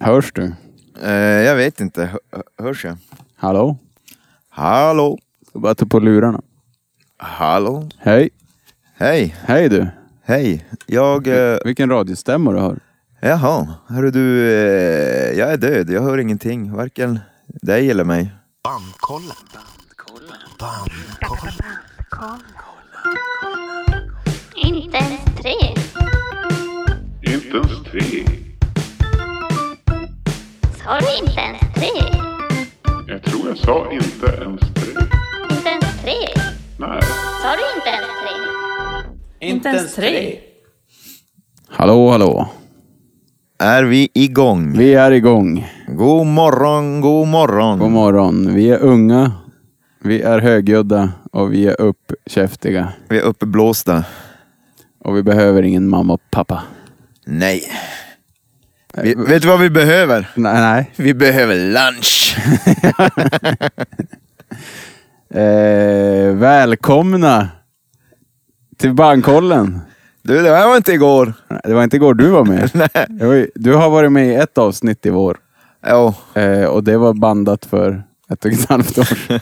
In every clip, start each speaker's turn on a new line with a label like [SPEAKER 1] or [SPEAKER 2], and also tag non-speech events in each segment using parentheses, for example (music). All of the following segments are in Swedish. [SPEAKER 1] Hörs du?
[SPEAKER 2] Eh, jag vet inte. Hör, hörs jag?
[SPEAKER 1] Hallå?
[SPEAKER 2] Hallå?
[SPEAKER 1] Jag bara ta på lurarna.
[SPEAKER 2] Hallå?
[SPEAKER 1] Hej!
[SPEAKER 2] Hej,
[SPEAKER 1] Hej du!
[SPEAKER 2] hej. Jag... Eh,
[SPEAKER 1] Vilken radiostämma du har.
[SPEAKER 2] jaha, hörru du. Eh, jag är död. Jag hör ingenting. Varken dig eller mig.
[SPEAKER 3] Bandkollen. Bandkollen.
[SPEAKER 4] Inte ens tre.
[SPEAKER 5] Inte ens tre.
[SPEAKER 4] Sa du inte ens tre?
[SPEAKER 5] Jag tror jag sa inte ens tre.
[SPEAKER 4] Inte ens tre?
[SPEAKER 5] Nej.
[SPEAKER 4] Sa du inte ens tre?
[SPEAKER 6] Inte ens tre.
[SPEAKER 1] Hallå, hallå.
[SPEAKER 2] Är vi igång?
[SPEAKER 1] Vi är igång.
[SPEAKER 2] God morgon, god
[SPEAKER 1] God
[SPEAKER 2] morgon.
[SPEAKER 1] morgon. Vi är unga, vi är högljudda och vi är uppkäftiga.
[SPEAKER 2] Vi är uppblåsta.
[SPEAKER 1] Och vi behöver ingen mamma och pappa.
[SPEAKER 2] Nej. Vi, vet du vad vi behöver?
[SPEAKER 1] Nej, nej.
[SPEAKER 2] Vi behöver lunch.
[SPEAKER 1] (laughs) Eh, välkomna till Bandkollen.
[SPEAKER 2] Du, det här var inte igår. (laughs)
[SPEAKER 1] Nej, Det var inte igår du var (laughs) med. Det var ju- Du har varit med i ett avsnitt i vår.
[SPEAKER 2] Jo.
[SPEAKER 1] Eh, och det var bandat för ett och ett halvt år
[SPEAKER 2] (laughs)
[SPEAKER 1] sedan.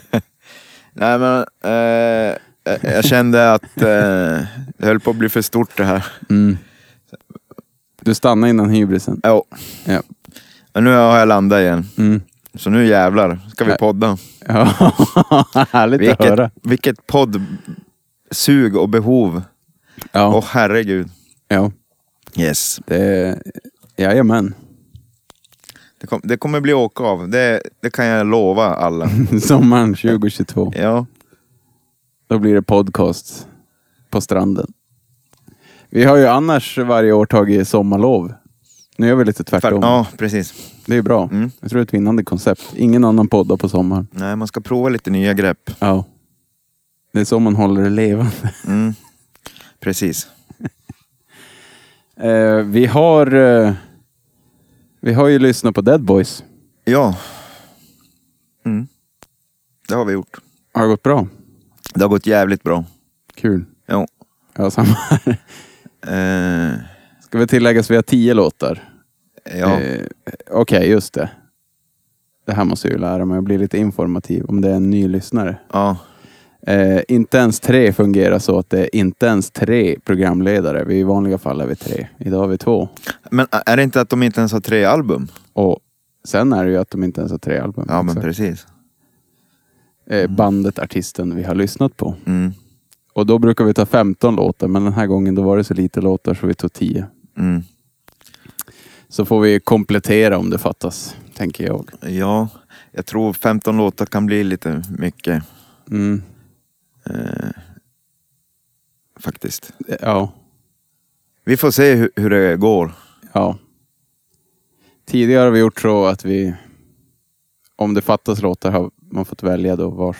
[SPEAKER 2] Nej men, eh, jag kände att eh, det höll på att bli för stort det här.
[SPEAKER 1] Du stannade innan hybrisen.
[SPEAKER 2] Jo.
[SPEAKER 1] Ja.
[SPEAKER 2] Men nu har jag landat igen.
[SPEAKER 1] Mm.
[SPEAKER 2] Så nu jävlar ska vi
[SPEAKER 1] Ja.
[SPEAKER 2] podda.
[SPEAKER 1] Ja, (laughs) härligt att höra.
[SPEAKER 2] Vilket, vilket poddsug och behov. Åh
[SPEAKER 1] Ja,
[SPEAKER 2] herregud.
[SPEAKER 1] ja.
[SPEAKER 2] Yes.
[SPEAKER 1] Det, jajamän. (laughs)
[SPEAKER 2] Det, kom, det kommer bli åka av. Det, det kan jag
[SPEAKER 1] (laughs)
[SPEAKER 2] lova alla.
[SPEAKER 1] Sommaren 2022.
[SPEAKER 2] ja.
[SPEAKER 1] Då blir det podcast på stranden. Vi har ju annars varje år tagit sommarlov. Nu gör vi lite
[SPEAKER 2] För,
[SPEAKER 1] tvärtom.
[SPEAKER 2] ja, precis.
[SPEAKER 1] Det är bra.
[SPEAKER 2] Mm.
[SPEAKER 1] Jag tror det är ett vinnande koncept. Ingen annan poddar på sommaren.
[SPEAKER 2] Nej, man ska prova lite nya grepp.
[SPEAKER 1] Ja. Det är så man håller det levande.
[SPEAKER 2] Mm. Precis.
[SPEAKER 1] Eh, vi har... Eh, vi har ju lyssnat på Dead Boys.
[SPEAKER 2] Ja. Mm. Det har vi gjort.
[SPEAKER 1] Har det gått bra?
[SPEAKER 2] Det har gått jävligt bra.
[SPEAKER 1] Kul.
[SPEAKER 2] Jo.
[SPEAKER 1] Ja, samma här. (laughs)
[SPEAKER 2] Eh,
[SPEAKER 1] Ska vi tilläggas, vi har tio låtar.
[SPEAKER 2] ja.
[SPEAKER 1] Eh, Okej, just det. Det här måste jag ju lära mig. Jag blir lite informativ om det är en ny lyssnare.
[SPEAKER 2] ja.
[SPEAKER 1] Eh, inte ens tre fungerar så att det är inte ens tre programledare. Vi I vanliga fall är vi tre. Idag är vi två.
[SPEAKER 2] Men är det inte att de inte ens har tre album?
[SPEAKER 1] Och sen är det ju att de inte ens har tre album.
[SPEAKER 2] Ja, men
[SPEAKER 1] Exakt.
[SPEAKER 2] precis.
[SPEAKER 1] eh, bandet, artisten vi har lyssnat på.
[SPEAKER 2] Mm.
[SPEAKER 1] Och då brukar vi ta 15 låtar, men den här gången då var det så lite låtar så vi tog 10.
[SPEAKER 2] Mm.
[SPEAKER 1] Så får vi komplettera om det fattas, tänker jag.
[SPEAKER 2] Ja, jag tror 15 låtar kan bli lite mycket
[SPEAKER 1] Mm.
[SPEAKER 2] eh, faktiskt.
[SPEAKER 1] Ja,
[SPEAKER 2] Vi får se hur, hur det går.
[SPEAKER 1] Ja. Tidigare har vi gjort så att vi, om det fattas låtar har man fått välja då vars.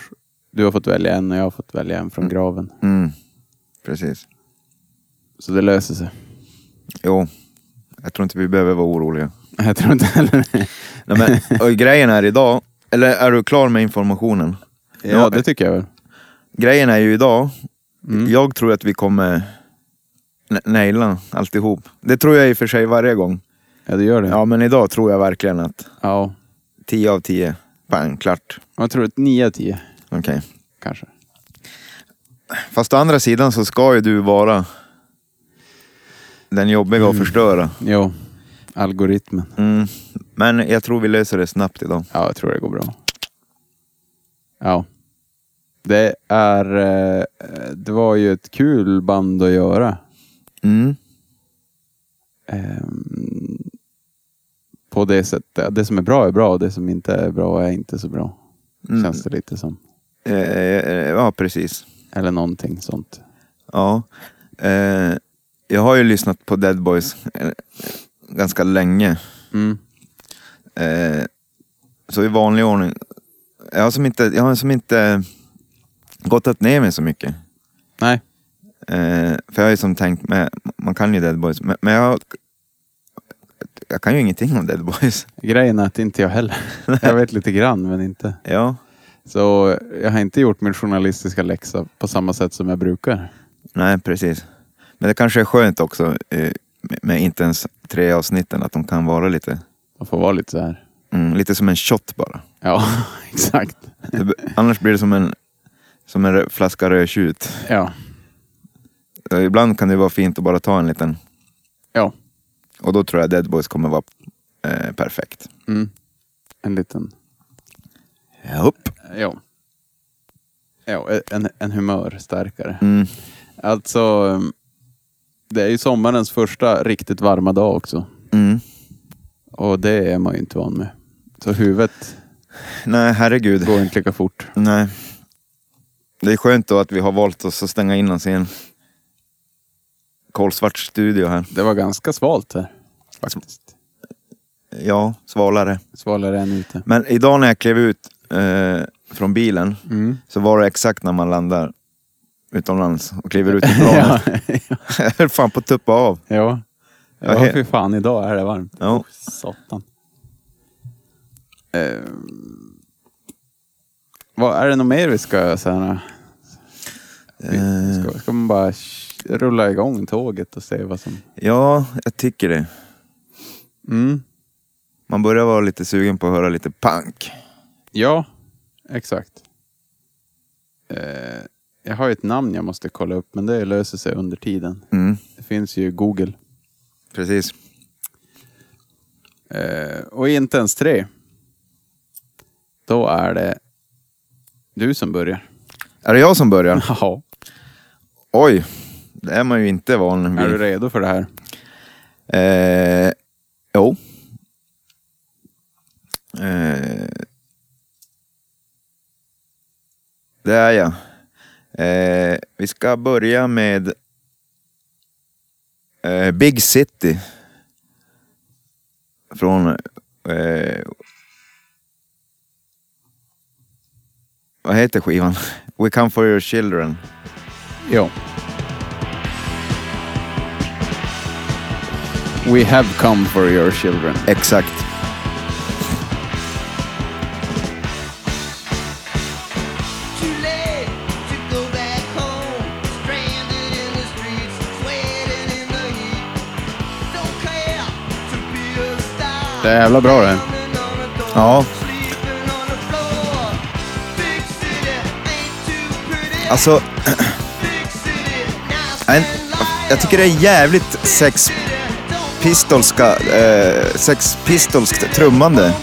[SPEAKER 1] Du har fått välja en och jag har fått välja en från graven.
[SPEAKER 2] Mm. Precis.
[SPEAKER 1] Så det löser sig. (laughs)
[SPEAKER 2] Jo, jag tror inte vi behöver vara oroliga.
[SPEAKER 1] Jag tror inte heller det.
[SPEAKER 2] Nej, (laughs) men, och grejen är idag, eller är du klar med informationen?
[SPEAKER 1] Ja, det tycker jag väl.
[SPEAKER 2] Grejen är ju idag,
[SPEAKER 1] Mm.
[SPEAKER 2] jag tror att vi kommer n- naila alltihop. Det tror jag i och för sig varje gång.
[SPEAKER 1] Ja, det gör det. Ja.
[SPEAKER 2] Ja, men idag tror jag verkligen att
[SPEAKER 1] ja.
[SPEAKER 2] 10 av 10. Pang, klart.
[SPEAKER 1] Jag tror att 9 av 10
[SPEAKER 2] Okej.
[SPEAKER 1] kanske.
[SPEAKER 2] Fast å andra sidan så ska ju du vara den jobbiga att förstöra.
[SPEAKER 1] Jo, algoritmen.
[SPEAKER 2] Mm. Men jag tror vi löser det snabbt idag.
[SPEAKER 1] Ja, jag tror det går bra. Ja. Det är... eh, Det var ju ett kul band att göra.
[SPEAKER 2] Mm.
[SPEAKER 1] Ehm, på det sättet. Det som är bra är bra och det som inte är bra är inte så bra.
[SPEAKER 2] Mm.
[SPEAKER 1] Känns det lite som.
[SPEAKER 2] Eh, eh, eh, ja, precis.
[SPEAKER 1] Eller någonting sånt.
[SPEAKER 2] Ja. Eh, jag har ju lyssnat på Dead Boys eh, ganska länge.
[SPEAKER 1] Mm.
[SPEAKER 2] Eh, så i vanlig ordning. Jag har som inte, jag har som inte gottat ner mig så mycket.
[SPEAKER 1] Nej.
[SPEAKER 2] Eh, för jag har ju som tänkt, med, man kan ju Dead Boys, men, men jag, jag kan ju ingenting om Dead Boys.
[SPEAKER 1] Grejen är att inte jag heller. (laughs) jag vet lite grann men inte.
[SPEAKER 2] (laughs) Ja,
[SPEAKER 1] Så jag har inte gjort min journalistiska läxa på samma sätt som jag brukar.
[SPEAKER 2] nej precis. Men det kanske är skönt också eh, med, med inte ens tre avsnitten, att de kan vara lite
[SPEAKER 1] Man får vara lite så här.
[SPEAKER 2] Mm, lite som en shot bara.
[SPEAKER 1] Ja, (laughs) exakt.
[SPEAKER 2] Det, be- (laughs) annars blir det som en, som en rö- flaska rödtjut.
[SPEAKER 1] Ja,
[SPEAKER 2] Eh, Ibland kan det vara fint att bara ta en liten.
[SPEAKER 1] ja.
[SPEAKER 2] Och då tror jag Dead Boys kommer vara eh, perfekt.
[SPEAKER 1] Mm. En liten...
[SPEAKER 2] Japp.
[SPEAKER 1] Ja. Ja, en, en humörstärkare.
[SPEAKER 2] Mm.
[SPEAKER 1] Alltså, ehm, det är ju sommarens första riktigt varma dag också.
[SPEAKER 2] Mm.
[SPEAKER 1] Och det är man ju inte van med. Så huvudet
[SPEAKER 2] Nej, herregud.
[SPEAKER 1] går inte lika fort.
[SPEAKER 2] Nej. Det är skönt då att vi har valt oss att stänga in oss i en kolsvart studio här.
[SPEAKER 1] (laughs) Det var ganska svalt här. Faktiskt.
[SPEAKER 2] Ja, svalare.
[SPEAKER 1] Svalare än ute.
[SPEAKER 2] Men idag när jag klev ut eh, från bilen
[SPEAKER 1] Mm.
[SPEAKER 2] så var det exakt när man landar utomlands och kliver ut i planet. (laughs) Jag höll fan på att tuppa av.
[SPEAKER 1] (laughs) ja.
[SPEAKER 2] Ja,
[SPEAKER 1] Ja,
[SPEAKER 2] he-
[SPEAKER 1] fy fan. Idag är det varmt.
[SPEAKER 2] Ja.
[SPEAKER 1] Satan. Eh, vad, är det något mer vi ska säga? Vi, ska, ska man bara sh- rulla igång tåget och se vad som...
[SPEAKER 2] Ja, jag tycker det.
[SPEAKER 1] Mm.
[SPEAKER 2] Man börjar vara lite sugen på att höra lite punk.
[SPEAKER 1] Ja, exakt. Eh, jag har ju ett namn jag måste kolla upp, men det löser sig under tiden.
[SPEAKER 2] Mm,
[SPEAKER 1] Det finns ju Google.
[SPEAKER 2] precis.
[SPEAKER 1] Eh, och inte ens tre. Då är det du som börjar. (laughs)
[SPEAKER 2] Är det jag som börjar?
[SPEAKER 1] Ja.
[SPEAKER 2] Oj, det är man ju inte van
[SPEAKER 1] Är du
[SPEAKER 2] vid.
[SPEAKER 1] redo för det här?
[SPEAKER 2] Eh, jo. Eh, det är jag. Eh, vi ska börja med eh, Big City. Från... Eh, vad heter skivan? (laughs) We come for your children.
[SPEAKER 1] Ja. We have come for your children. (laughs)
[SPEAKER 2] Exakt.
[SPEAKER 3] Too late to go back home. Stranded in the streets, sweating in the heat. Don't care to be a star.
[SPEAKER 1] Det är jävla bra det här.
[SPEAKER 3] Drumming on the door,
[SPEAKER 2] Ja.
[SPEAKER 3] sleeping on the floor. Big city ain't too pretty.
[SPEAKER 2] Alltså,
[SPEAKER 3] Big city, nice
[SPEAKER 2] en,
[SPEAKER 3] and loud.
[SPEAKER 2] jag tycker det är jävligt
[SPEAKER 3] Big
[SPEAKER 2] sex
[SPEAKER 3] city, don't
[SPEAKER 2] pistolska, eh, sex pistolskt
[SPEAKER 3] (laughs)
[SPEAKER 2] trummande.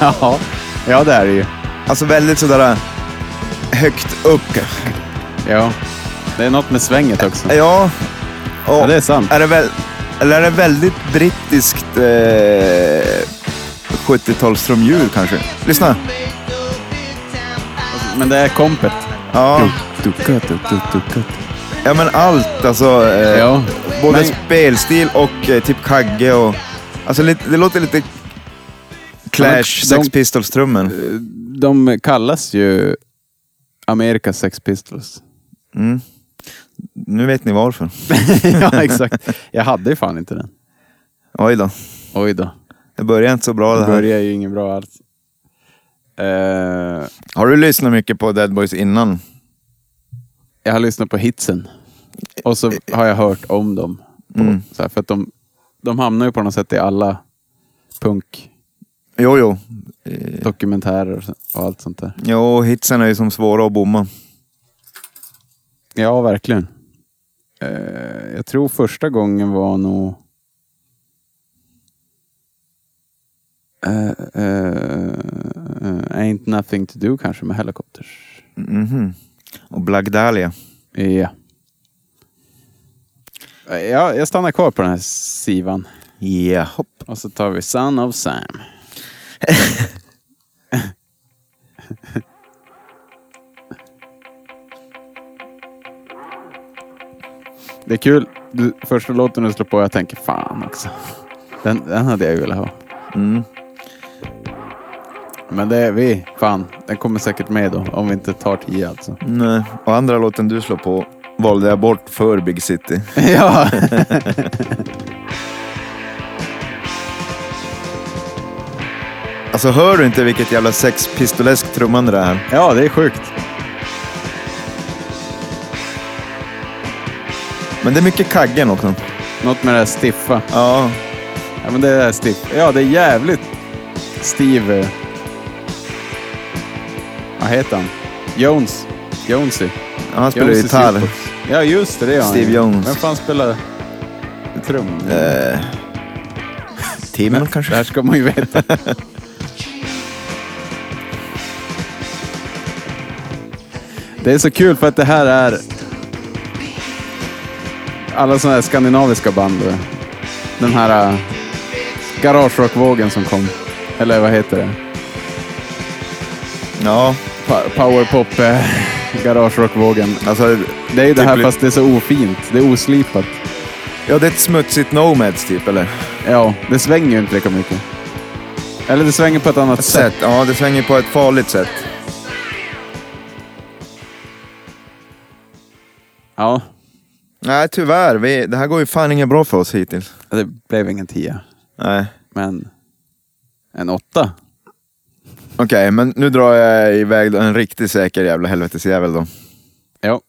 [SPEAKER 1] Ja, ja det är det ju.
[SPEAKER 2] Alltså väldigt sådär eh, högt upp.
[SPEAKER 1] Ja. Det är något med svänget också.
[SPEAKER 2] Ja, och
[SPEAKER 1] Ja, det är sant.
[SPEAKER 2] Är det väl, eller är det väldigt brittiskt eh, 70-talstrumljud kanske? Lyssna.
[SPEAKER 3] make the big time out.
[SPEAKER 1] Men det är kompet.
[SPEAKER 2] Ja, ja men allt alltså. Eh,
[SPEAKER 1] Ja.
[SPEAKER 2] Både
[SPEAKER 1] Men-
[SPEAKER 2] spelstil och eh, typ kagge och... Alltså lite, det låter lite... Clash,
[SPEAKER 1] de-
[SPEAKER 2] Sex Pistols-trummen.
[SPEAKER 1] De kallas ju Amerikas Sex Pistols. (laughs)
[SPEAKER 2] Mm. Nu vet ni varför.
[SPEAKER 1] ja, exakt. Jag hade ju fan inte den.
[SPEAKER 2] Oj då.
[SPEAKER 1] Oj då.
[SPEAKER 2] Det börjar inte så bra det
[SPEAKER 1] Det
[SPEAKER 2] här.
[SPEAKER 1] börjar ju inget bra alls. Eh,
[SPEAKER 2] Har du lyssnat mycket på Dead Boys innan?
[SPEAKER 1] jag har lyssnat på hitsen. Och så har jag hört om dem. På,
[SPEAKER 2] Mm.
[SPEAKER 1] så här, för att de, de hamnar ju på något sätt i alla punkdokumentärer
[SPEAKER 2] Jo, jo. Eh,
[SPEAKER 1] och så- och allt sånt där.
[SPEAKER 2] Jo, hitsen är ju som svåra att bomma.
[SPEAKER 1] Ja, verkligen. Eh, jag tror första gången var nog... Eh, eh, eh, ain't nothing to do kanske med Helicopters.
[SPEAKER 2] Mhm. Och Black Dahlia.
[SPEAKER 1] Ja. Eh, Ja, jag stannar kvar på den här sivan.
[SPEAKER 2] Ja, hopp.
[SPEAKER 1] Och så tar vi Son of Sam. (laughs) Det är kul. Du, första låten du slår på, jag tänker fan också. Den, den hade jag ju velat ha.
[SPEAKER 2] Mm.
[SPEAKER 1] Men det är vi. Fan, den kommer säkert med då. Om vi inte tar tio alltså.
[SPEAKER 2] Nej. Och andra låten du slår på valde jag bort för Big City.
[SPEAKER 1] ja.
[SPEAKER 2] Alltså hör du inte vilket jävla sexpistolesk trummande det är? här?
[SPEAKER 1] ja, det är sjukt.
[SPEAKER 2] Men det är mycket kaggen också.
[SPEAKER 1] Något med det här stiffa.
[SPEAKER 2] Ja.
[SPEAKER 1] Ja, men det är stiff. Ja, det är jävligt Steve... eh, Vad heter han? Jones. Jonesy.
[SPEAKER 2] Ja, han spelar
[SPEAKER 1] Jonesy
[SPEAKER 2] gitarr.
[SPEAKER 1] Silverfox. Ja, just det. det är han.
[SPEAKER 2] Steve Jones.
[SPEAKER 1] Vem fan spelar trum?
[SPEAKER 2] Eh, Tim kanske?
[SPEAKER 1] Det här ska man ju veta. Det är så kul för att det här är alla sådana här skandinaviska band. Den här äh, garagerockvågen som kom. Eller vad heter det?
[SPEAKER 2] Ja,
[SPEAKER 1] Pa- Powerpop, äh, garagerockvågen.
[SPEAKER 2] alltså...
[SPEAKER 1] Det är ju det
[SPEAKER 2] typ
[SPEAKER 1] här
[SPEAKER 2] li-
[SPEAKER 1] fast det är så ofint. Det är oslipat.
[SPEAKER 2] Ja, det är ett smutsigt Nomads typ, eller?
[SPEAKER 1] Ja, det svänger ju inte lika mycket. Eller det svänger på ett annat sätt.
[SPEAKER 2] Sätt. Ja, det svänger på ett farligt sätt.
[SPEAKER 1] Ja,
[SPEAKER 2] Nej, tyvärr. Vi, det här går ju fan inget bra för oss hittills.
[SPEAKER 1] det blev ingen tia.
[SPEAKER 2] Nej.
[SPEAKER 1] Men en åtta?
[SPEAKER 2] Okej, men nu drar jag iväg då en riktigt säker jävla helvetesjävel då.
[SPEAKER 1] Ja.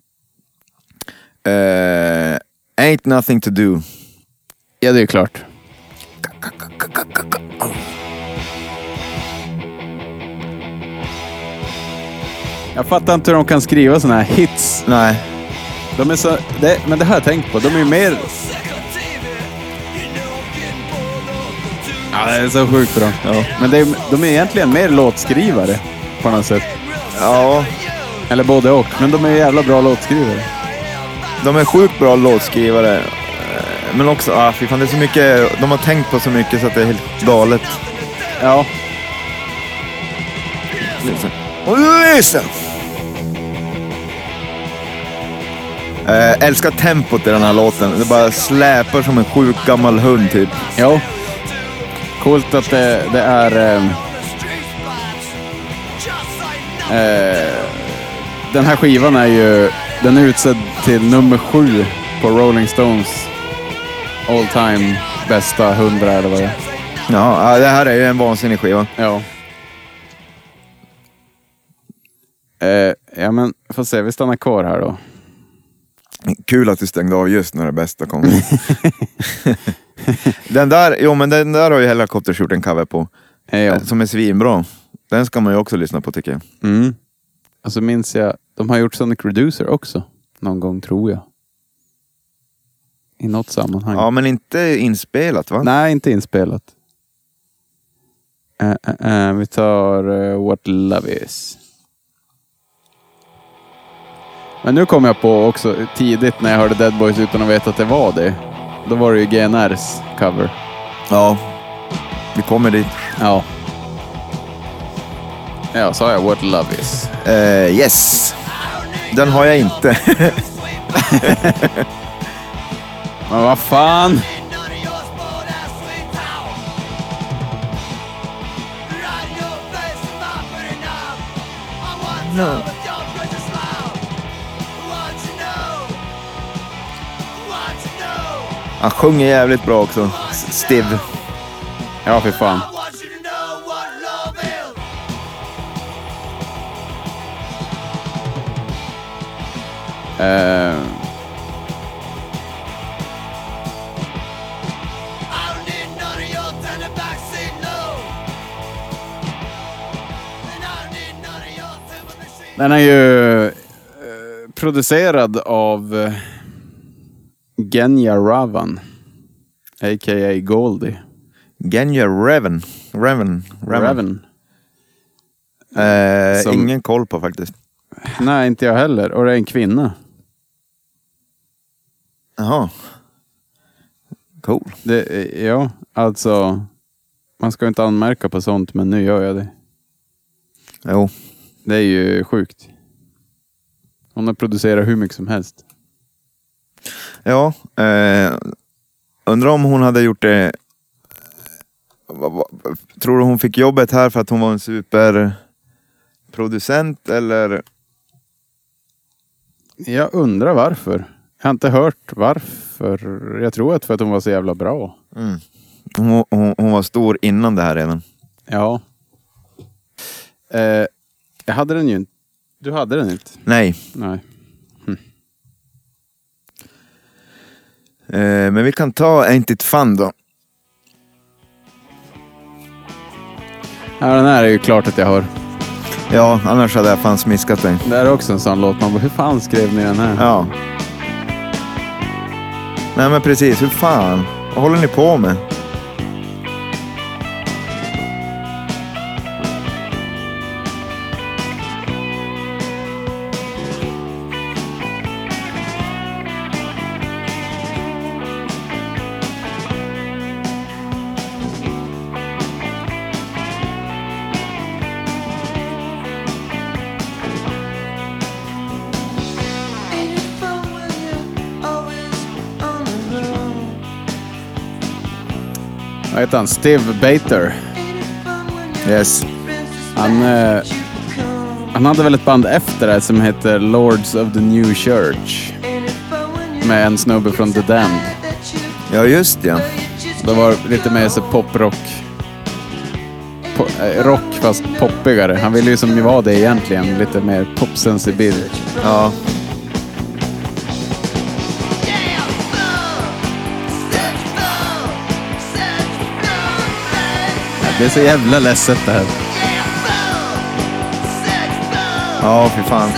[SPEAKER 2] Eh, ain't nothing to do.
[SPEAKER 1] Ja, det är klart. Jag fattar inte hur de kan skriva såna här hits.
[SPEAKER 2] Nej.
[SPEAKER 1] De är så, det, men det här har jag tänkt på. De är ju mer... Ja, det är så sjukt bra.
[SPEAKER 2] Ja.
[SPEAKER 1] Men det är, de är egentligen mer låtskrivare på något sätt.
[SPEAKER 2] Ja,
[SPEAKER 1] Eller både och. Men de är jävla bra låtskrivare.
[SPEAKER 2] de är sjukt bra låtskrivare. Eh, Men också, ah, fy fan, det är så mycket, de har tänkt på så mycket så att det är helt galet.
[SPEAKER 1] Ja.
[SPEAKER 2] Och lyssna! Eh, älskar tempot i den här låten. Det bara släpar som en sjuk gammal hund typ.
[SPEAKER 1] Jo. Coolt att det, det är... ehm, eh, den här skivan är ju... Den är utsedd till nummer sju på Rolling Stones all time bästa hundra eller vad det är.
[SPEAKER 2] Ja, ah, det här är ju en vansinnig skiva.
[SPEAKER 1] Ja. Eh, ja men, får se. Vi stannar kvar här då.
[SPEAKER 2] Kul att du stängde av just när det bästa kom. (laughs) den där, jo men den där har ju Hellacopters gjort en cover på.
[SPEAKER 1] Eh, ja.
[SPEAKER 2] Som är svinbra. Den ska man ju också lyssna på tycker jag.
[SPEAKER 1] Mm. Och så minns jag, de har gjort Sonic Reducer också. Någon gång tror jag. I något sammanhang.
[SPEAKER 2] Ja men inte inspelat va?
[SPEAKER 1] Mm. Nej, inte inspelat. Eh, eh, eh, vi tar eh, What Love Is. Men nu kom jag på också tidigt när jag hörde Dead Boys utan att veta att det var det. Då var det ju GNRs cover.
[SPEAKER 2] Ja. Vi kommer dit.
[SPEAKER 1] Ja. Ja, sa jag What Love Is?
[SPEAKER 2] Eh, yes. Den har jag inte. (laughs)
[SPEAKER 1] Men vad fan!
[SPEAKER 6] No.
[SPEAKER 2] Han sjunger jävligt bra också. S- Stiv.
[SPEAKER 1] Ja, för fan. Eh, den är ju eh, producerad av eh, Genya Ravan. A.k.a. Goldie.
[SPEAKER 2] Genya Reven. Reven.
[SPEAKER 1] Raven.
[SPEAKER 2] Eh,
[SPEAKER 1] Som-
[SPEAKER 2] Ingen koll på faktiskt.
[SPEAKER 1] Nej, inte jag heller. Och det är en kvinna.
[SPEAKER 2] Jaha. Cool.
[SPEAKER 1] Det, eh, ja, alltså. Man ska ju inte anmärka på sånt, men nu gör jag det.
[SPEAKER 2] Jo.
[SPEAKER 1] Det är ju sjukt. Hon har producerat hur mycket som helst.
[SPEAKER 2] Ja, eh, undrar om hon hade gjort det... va- va- Tror du hon fick jobbet här för att hon var en superproducent eller?
[SPEAKER 1] Jag undrar varför. Jag har inte hört varför. Jag tror att för att hon var så jävla bra.
[SPEAKER 2] Hon, hon, hon var stor innan det här redan.
[SPEAKER 1] Ja. Eh, jag hade den ju inte. Du hade den inte?
[SPEAKER 2] Nej,
[SPEAKER 1] Nej.
[SPEAKER 2] eh, men vi kan ta Ain't It Fun då.
[SPEAKER 1] Ja, den här är ju klart att jag hör.
[SPEAKER 2] Ja, annars hade jag fan smiskat dig.
[SPEAKER 1] Det här är också en sån låt. Man bara, hur fan skrev ni den här?
[SPEAKER 2] Ja. Nej men precis, hur fan? Vad håller ni på med?
[SPEAKER 1] Vad heter han? Steve Bater.
[SPEAKER 2] Yes.
[SPEAKER 1] Han, eh, han hade väl ett band efter det här som heter Lords of the New Church. Med en snubbe från The Damned.
[SPEAKER 2] Ja just ja.
[SPEAKER 1] Det var lite mer så poprock. Po eh, rock fast poppigare. Han ville ju som vara det egentligen. Lite mer popsensibil.
[SPEAKER 2] Ja.
[SPEAKER 1] Det är så jävla ledset det här.
[SPEAKER 2] Ja, fy fan.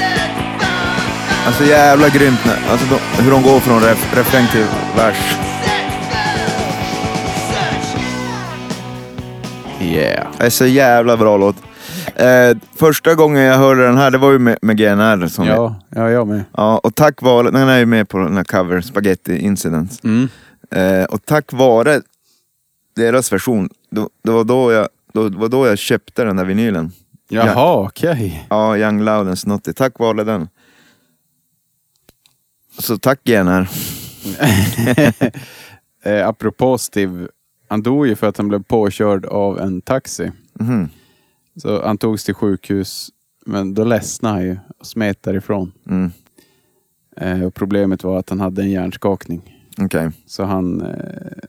[SPEAKER 2] Alltså jävla grymt när, alltså, de, hur de går från ref, refräng till vers.
[SPEAKER 1] Yeah.
[SPEAKER 2] Det är så jävla bra låt. Eh, första gången jag hörde den här, det var ju med, med GNR. Som
[SPEAKER 1] Ja, ja jag med.
[SPEAKER 2] Ja, och tack vare, den är ju med på den här cover, Spaghetti Incidents. Eh, och tack vare deras version, då, det, var då jag, då, det var då jag köpte den där vinylen.
[SPEAKER 1] Jaha, okej. (laughs)
[SPEAKER 2] Ja, Young Loud and Snotty, tack vare den. Så tack GNR.
[SPEAKER 1] Eh, apropå Steve, han dog ju för att han blev påkörd av en taxi.
[SPEAKER 2] Mhm.
[SPEAKER 1] Så han togs till sjukhus, men då ledsnade han ju och smet därifrån.
[SPEAKER 2] Mm,
[SPEAKER 1] Eh, och problemet var att han hade en hjärnskakning.
[SPEAKER 2] Okej,
[SPEAKER 1] Så han... Eh,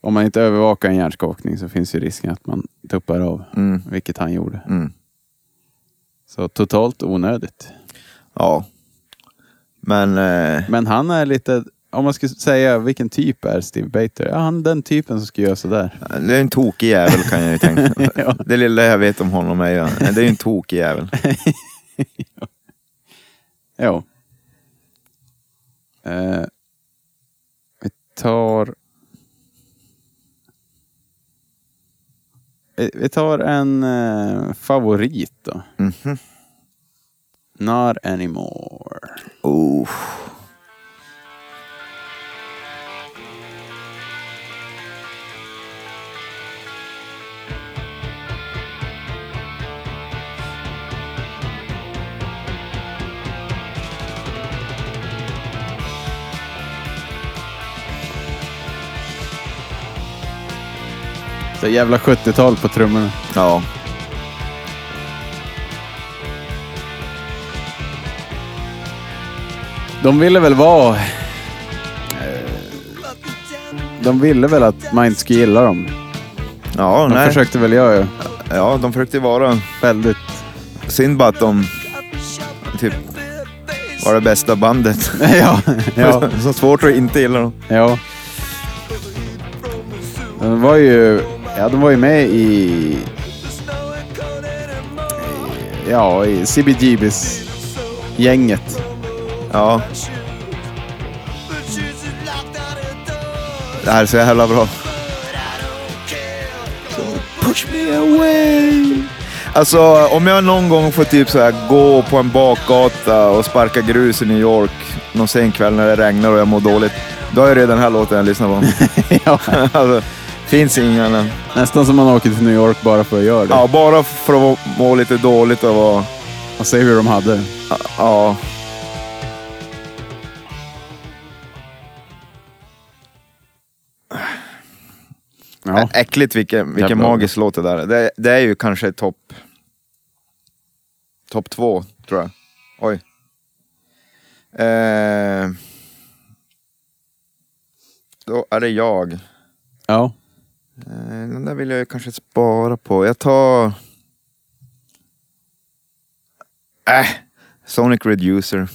[SPEAKER 1] om man inte övervakar en hjärnskakning så finns ju risken att man tuppar av,
[SPEAKER 2] Mm.
[SPEAKER 1] vilket han gjorde.
[SPEAKER 2] Mm.
[SPEAKER 1] Så totalt onödigt.
[SPEAKER 2] ja. Men, eh,
[SPEAKER 1] Men han är lite... Om man skulle säga vilken typ är Steve Bater? Ja, han är den typen som ska göra sådär.
[SPEAKER 2] det är en tokig jävel kan jag
[SPEAKER 1] (laughs)
[SPEAKER 2] ju tänka. Det lilla jag vet om honom är ju, det är ju en tokig jävel.
[SPEAKER 1] Jo. Eh, vi tar... Vi- Vi tar en eh, favorit då.
[SPEAKER 2] Mhm.
[SPEAKER 1] Not anymore.
[SPEAKER 2] Oh.
[SPEAKER 1] Så jävla 70-tal på trummorna.
[SPEAKER 2] Ja.
[SPEAKER 1] De ville väl vara... eh, De ville väl att man inte skulle gilla dem.
[SPEAKER 2] Ja,
[SPEAKER 1] De
[SPEAKER 2] nej.
[SPEAKER 1] försökte väl jag ju.
[SPEAKER 2] ja, de försökte ju vara...
[SPEAKER 1] Väldigt.
[SPEAKER 2] Synd bara att de typ var det bästa bandet.
[SPEAKER 1] (laughs) ja, ja.
[SPEAKER 2] (laughs) Så svårt att inte gilla dem.
[SPEAKER 1] Ja. De var ju, ja, de var ju med i... Ja, i CBGBs gänget.
[SPEAKER 2] Ja. Det här är så jävla bra. Push me away. Alltså om jag någon gång får typ så här gå på en bakgata och sparka grus i New York någon sen kväll när det regnar och jag mår dåligt. Då är det den här låten jag lyssnar (laughs) på.
[SPEAKER 1] ja,
[SPEAKER 2] alltså, finns ingen annan.
[SPEAKER 1] nästan som man åker till New York bara för att göra det.
[SPEAKER 2] Ja, bara för att må lite dåligt och vara...
[SPEAKER 1] Och se hur de hade.
[SPEAKER 2] Ja.
[SPEAKER 1] Ja,
[SPEAKER 2] Äckligt vilken, vilken
[SPEAKER 1] Jävlar.
[SPEAKER 2] magisk låt det där är. Det, det är ju kanske topp... Topp två, tror jag. Oj. Eh, då är det jag. Eh,
[SPEAKER 1] ja.
[SPEAKER 2] den där vill jag ju kanske spara på. Jag tar... Äh, Sonic Reducer.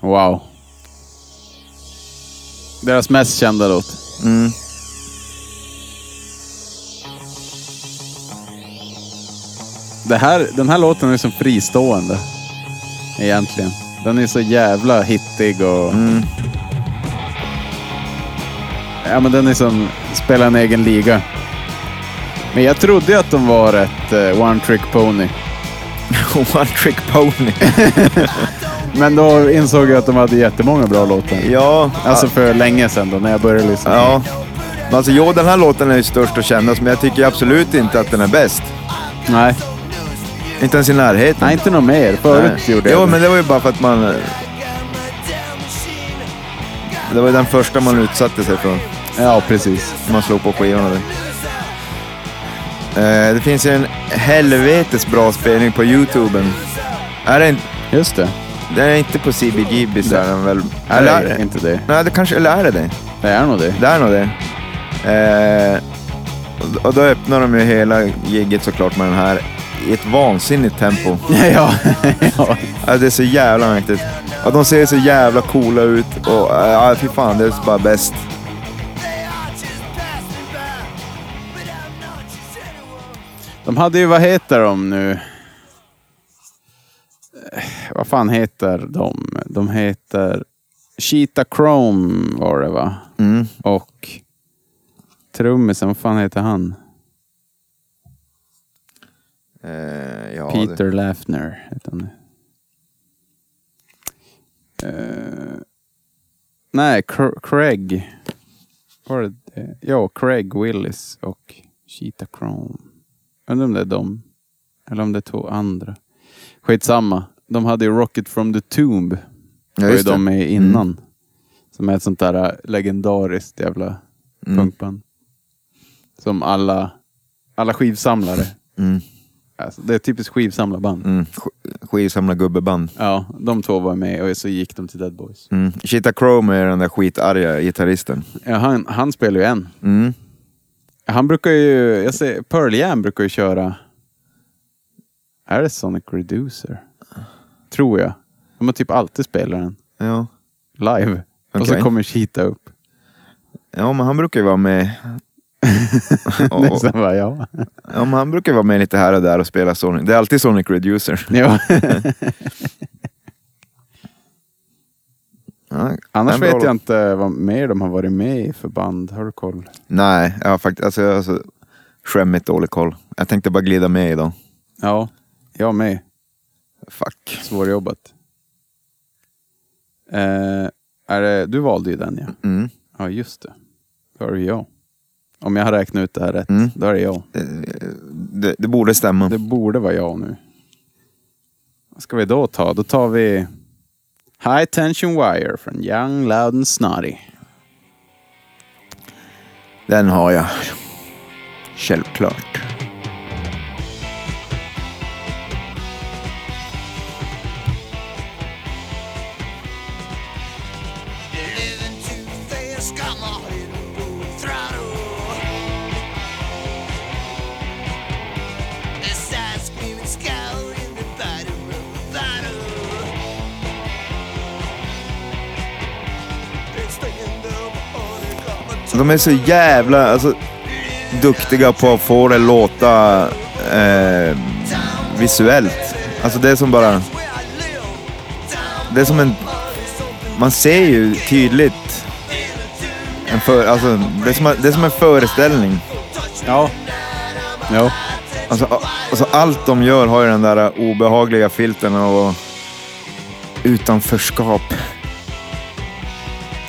[SPEAKER 1] wow. Deras mest kända låt.
[SPEAKER 2] Mm.
[SPEAKER 1] Det här, den här låten är som fristående. Egentligen. Den är så jävla hittig och... Ja men den är som spelar en egen liga. Men jag trodde ju att de var ett eh, one trick pony.
[SPEAKER 2] (laughs) One Trick Pony.
[SPEAKER 1] Men då insåg jag att de hade jättemånga bra låtar.
[SPEAKER 2] (laughs) ja,
[SPEAKER 1] Alltså för länge sedan då när jag började lyssna.
[SPEAKER 2] ja. Men alltså, jo, den här låten är ju störst och kändast, men jag tycker absolut inte att den är bäst.
[SPEAKER 1] Nej.
[SPEAKER 2] Inte ens i närheten.
[SPEAKER 1] Nej, inte något mer. Förut gjorde jag
[SPEAKER 2] Jo,
[SPEAKER 1] det.
[SPEAKER 2] men det var ju bara för att man... eh, Det var ju den första man utsatte sig från.
[SPEAKER 1] Ja, precis.
[SPEAKER 2] Man slog på skivan. och det. Eh, Det finns ju en helvetes bra spelning på Youtuben. Är det inte...
[SPEAKER 1] Just det.
[SPEAKER 2] Det är inte på CBGB så är den väl...
[SPEAKER 1] Eller är
[SPEAKER 2] Eller är det?
[SPEAKER 1] inte det.
[SPEAKER 2] Nej, det kanske... Eller är det det?
[SPEAKER 1] Det är nog det. (laughs)
[SPEAKER 2] Det är nog det. Eh, och- och då öppnar de ju hela gigget såklart med den här i ett vansinnigt tempo.
[SPEAKER 1] ja. ja.
[SPEAKER 2] Ja, det är så jävla mäktigt. Ja, de ser så jävla coola ut och ja, fy fan, det är bara bäst.
[SPEAKER 1] De hade ju, vad heter de nu? Eh, Vad fan heter de? De heter Cheetah Chrome var det va?
[SPEAKER 2] Mm.
[SPEAKER 1] Och trummisen, vad fan heter han?
[SPEAKER 2] Eh, ja, det-
[SPEAKER 1] Peter Lafner heter han. Eh, nej, Cr- Craig. Var det det? Ja, Craig Willis och Cheetah Chrome. Undrar om det är de. Eller om det är två andra. Skitsamma. De hade ju Rocket from the Tomb.
[SPEAKER 2] Ja,
[SPEAKER 1] var ju
[SPEAKER 2] just
[SPEAKER 1] de
[SPEAKER 2] det. Mm.
[SPEAKER 1] med innan. Som är ett sånt där äh, legendariskt jävla
[SPEAKER 2] Mm.
[SPEAKER 1] punkband. Som alla, alla skivsamlare.
[SPEAKER 2] Mm.
[SPEAKER 1] Alltså, det är ett typiskt skivsamlarband.
[SPEAKER 2] Mm. sk- Skivsamlargubbeband.
[SPEAKER 1] Ja, de två var med och så gick de till Dead Boys.
[SPEAKER 2] Mm. Chita Chrome är den där skitarga gitarristen.
[SPEAKER 1] Ja, han, han spelar ju en.
[SPEAKER 2] Mm.
[SPEAKER 1] Han brukar ju, jag ser, Pearl Jam brukar ju köra... Är det Sonic Reducer? Tror jag. De har typ alltid spelat den
[SPEAKER 2] Ja.
[SPEAKER 1] live. Och så
[SPEAKER 2] Okej.
[SPEAKER 1] kommer Cheetah upp.
[SPEAKER 2] ja, men han brukar ju
[SPEAKER 1] (laughs)
[SPEAKER 2] vara med. Och- och-
[SPEAKER 1] Nästan bara, ja.
[SPEAKER 2] ja, men han brukar vara med lite här och där och spela Sonic. Det är alltid Sonic Reducer. (laughs)
[SPEAKER 1] ja.
[SPEAKER 2] Ja,
[SPEAKER 1] Annars
[SPEAKER 2] en bra
[SPEAKER 1] vet
[SPEAKER 2] låt.
[SPEAKER 1] jag inte vad mer de har varit med i för band. Har du koll?
[SPEAKER 2] Nej, jag har faktiskt alltså, jag har så skämmigt dålig koll. Jag tänkte bara glida med idag.
[SPEAKER 1] Ja, jag med.
[SPEAKER 2] Fuck.
[SPEAKER 1] Svårjobbat. Eh, är det, du valde ju den ja.
[SPEAKER 2] Mm.
[SPEAKER 1] Ja, just det. Då är det jag. Om jag har räknat ut det här rätt,
[SPEAKER 2] Mm.
[SPEAKER 1] då är det jag.
[SPEAKER 2] Det, det borde stämma.
[SPEAKER 1] Det borde vara jag nu. Vad ska vi då ta? Då tar vi High Tension Wire från Young, Loud and Snotty.
[SPEAKER 2] Den har jag. Självklart.
[SPEAKER 3] Living too fast, got my head on full throttle. I start screaming, scout in the bottom of the bottle. It's taking them all, they got my
[SPEAKER 2] De är så jävla alltså, duktiga på att få det låta eh, visuellt. Alltså det är som bara...
[SPEAKER 3] where I live.
[SPEAKER 2] Det är som en... Man ser ju tydligt. En för, alltså, det, är som, det är som en föreställning.
[SPEAKER 1] Ja. Ja.
[SPEAKER 2] Alltså, a- alltså allt de gör har ju den där obehagliga filten och utanförskap.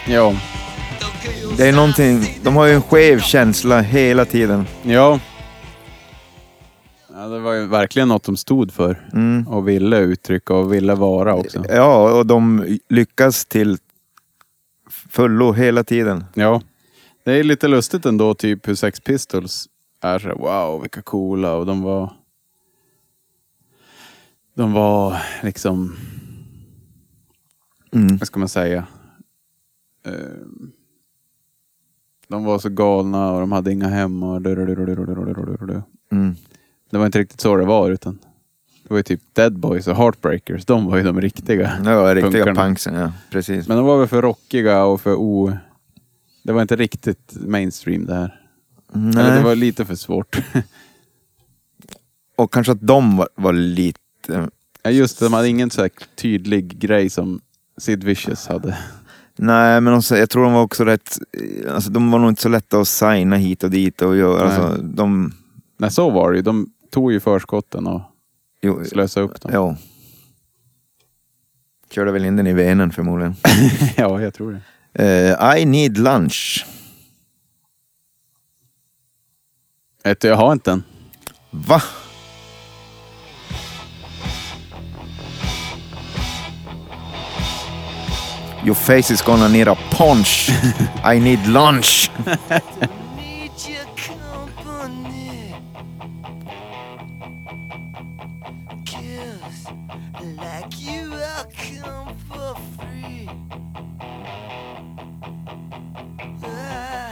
[SPEAKER 1] Ja.
[SPEAKER 2] Det är någonting, de har ju en skev känsla hela tiden.
[SPEAKER 1] Ja. ja det var ju verkligen något de stod för. Och ville uttrycka och ville vara också.
[SPEAKER 2] Ja, och de lyckas till fullo hela tiden.
[SPEAKER 1] Ja. Det är lite lustigt ändå typ hur Sex Pistols är så här, wow vilka coola och de var de var liksom,
[SPEAKER 2] Mm.
[SPEAKER 1] vad ska man säga? Eh, De var så galna och de hade inga hemma. och du-du-du-du-du-du-du-du-du.
[SPEAKER 2] Mm.
[SPEAKER 1] Det var inte riktigt så det var utan det var ju typ Dead Boys och Heartbreakers. De var ju de riktiga.
[SPEAKER 2] Ja, riktiga
[SPEAKER 1] punkarna.
[SPEAKER 2] punksen, ja. Precis.
[SPEAKER 1] Men de var väl för rockiga och för o... Det var inte riktigt mainstream det här. Eller det
[SPEAKER 2] Nej.
[SPEAKER 1] var lite för svårt.
[SPEAKER 2] Och kanske att de var, var lite...
[SPEAKER 1] (laughs) Ja, just det, de hade ingen så här tydlig grej som Sid Vicious hade.
[SPEAKER 2] Nej, men också, jag tror de var också rätt... eh, Alltså, de var nog inte så lätta att signa hit och dit och göra...
[SPEAKER 1] Nej.
[SPEAKER 2] Alltså, de...
[SPEAKER 1] Nej, så var det ju. De tog ju förskotten och
[SPEAKER 2] Jo,
[SPEAKER 1] slösade upp dem.
[SPEAKER 2] jo. Körde väl in den i venen förmodligen.
[SPEAKER 1] (laughs) ja, jag tror det.
[SPEAKER 2] Eh, I need lunch.
[SPEAKER 1] Vet du, jag har inte en.
[SPEAKER 2] Va? Your face is gonna need a punch. I need lunch.
[SPEAKER 3] Need your company. Cause like you, I'll come for free. I, Ah,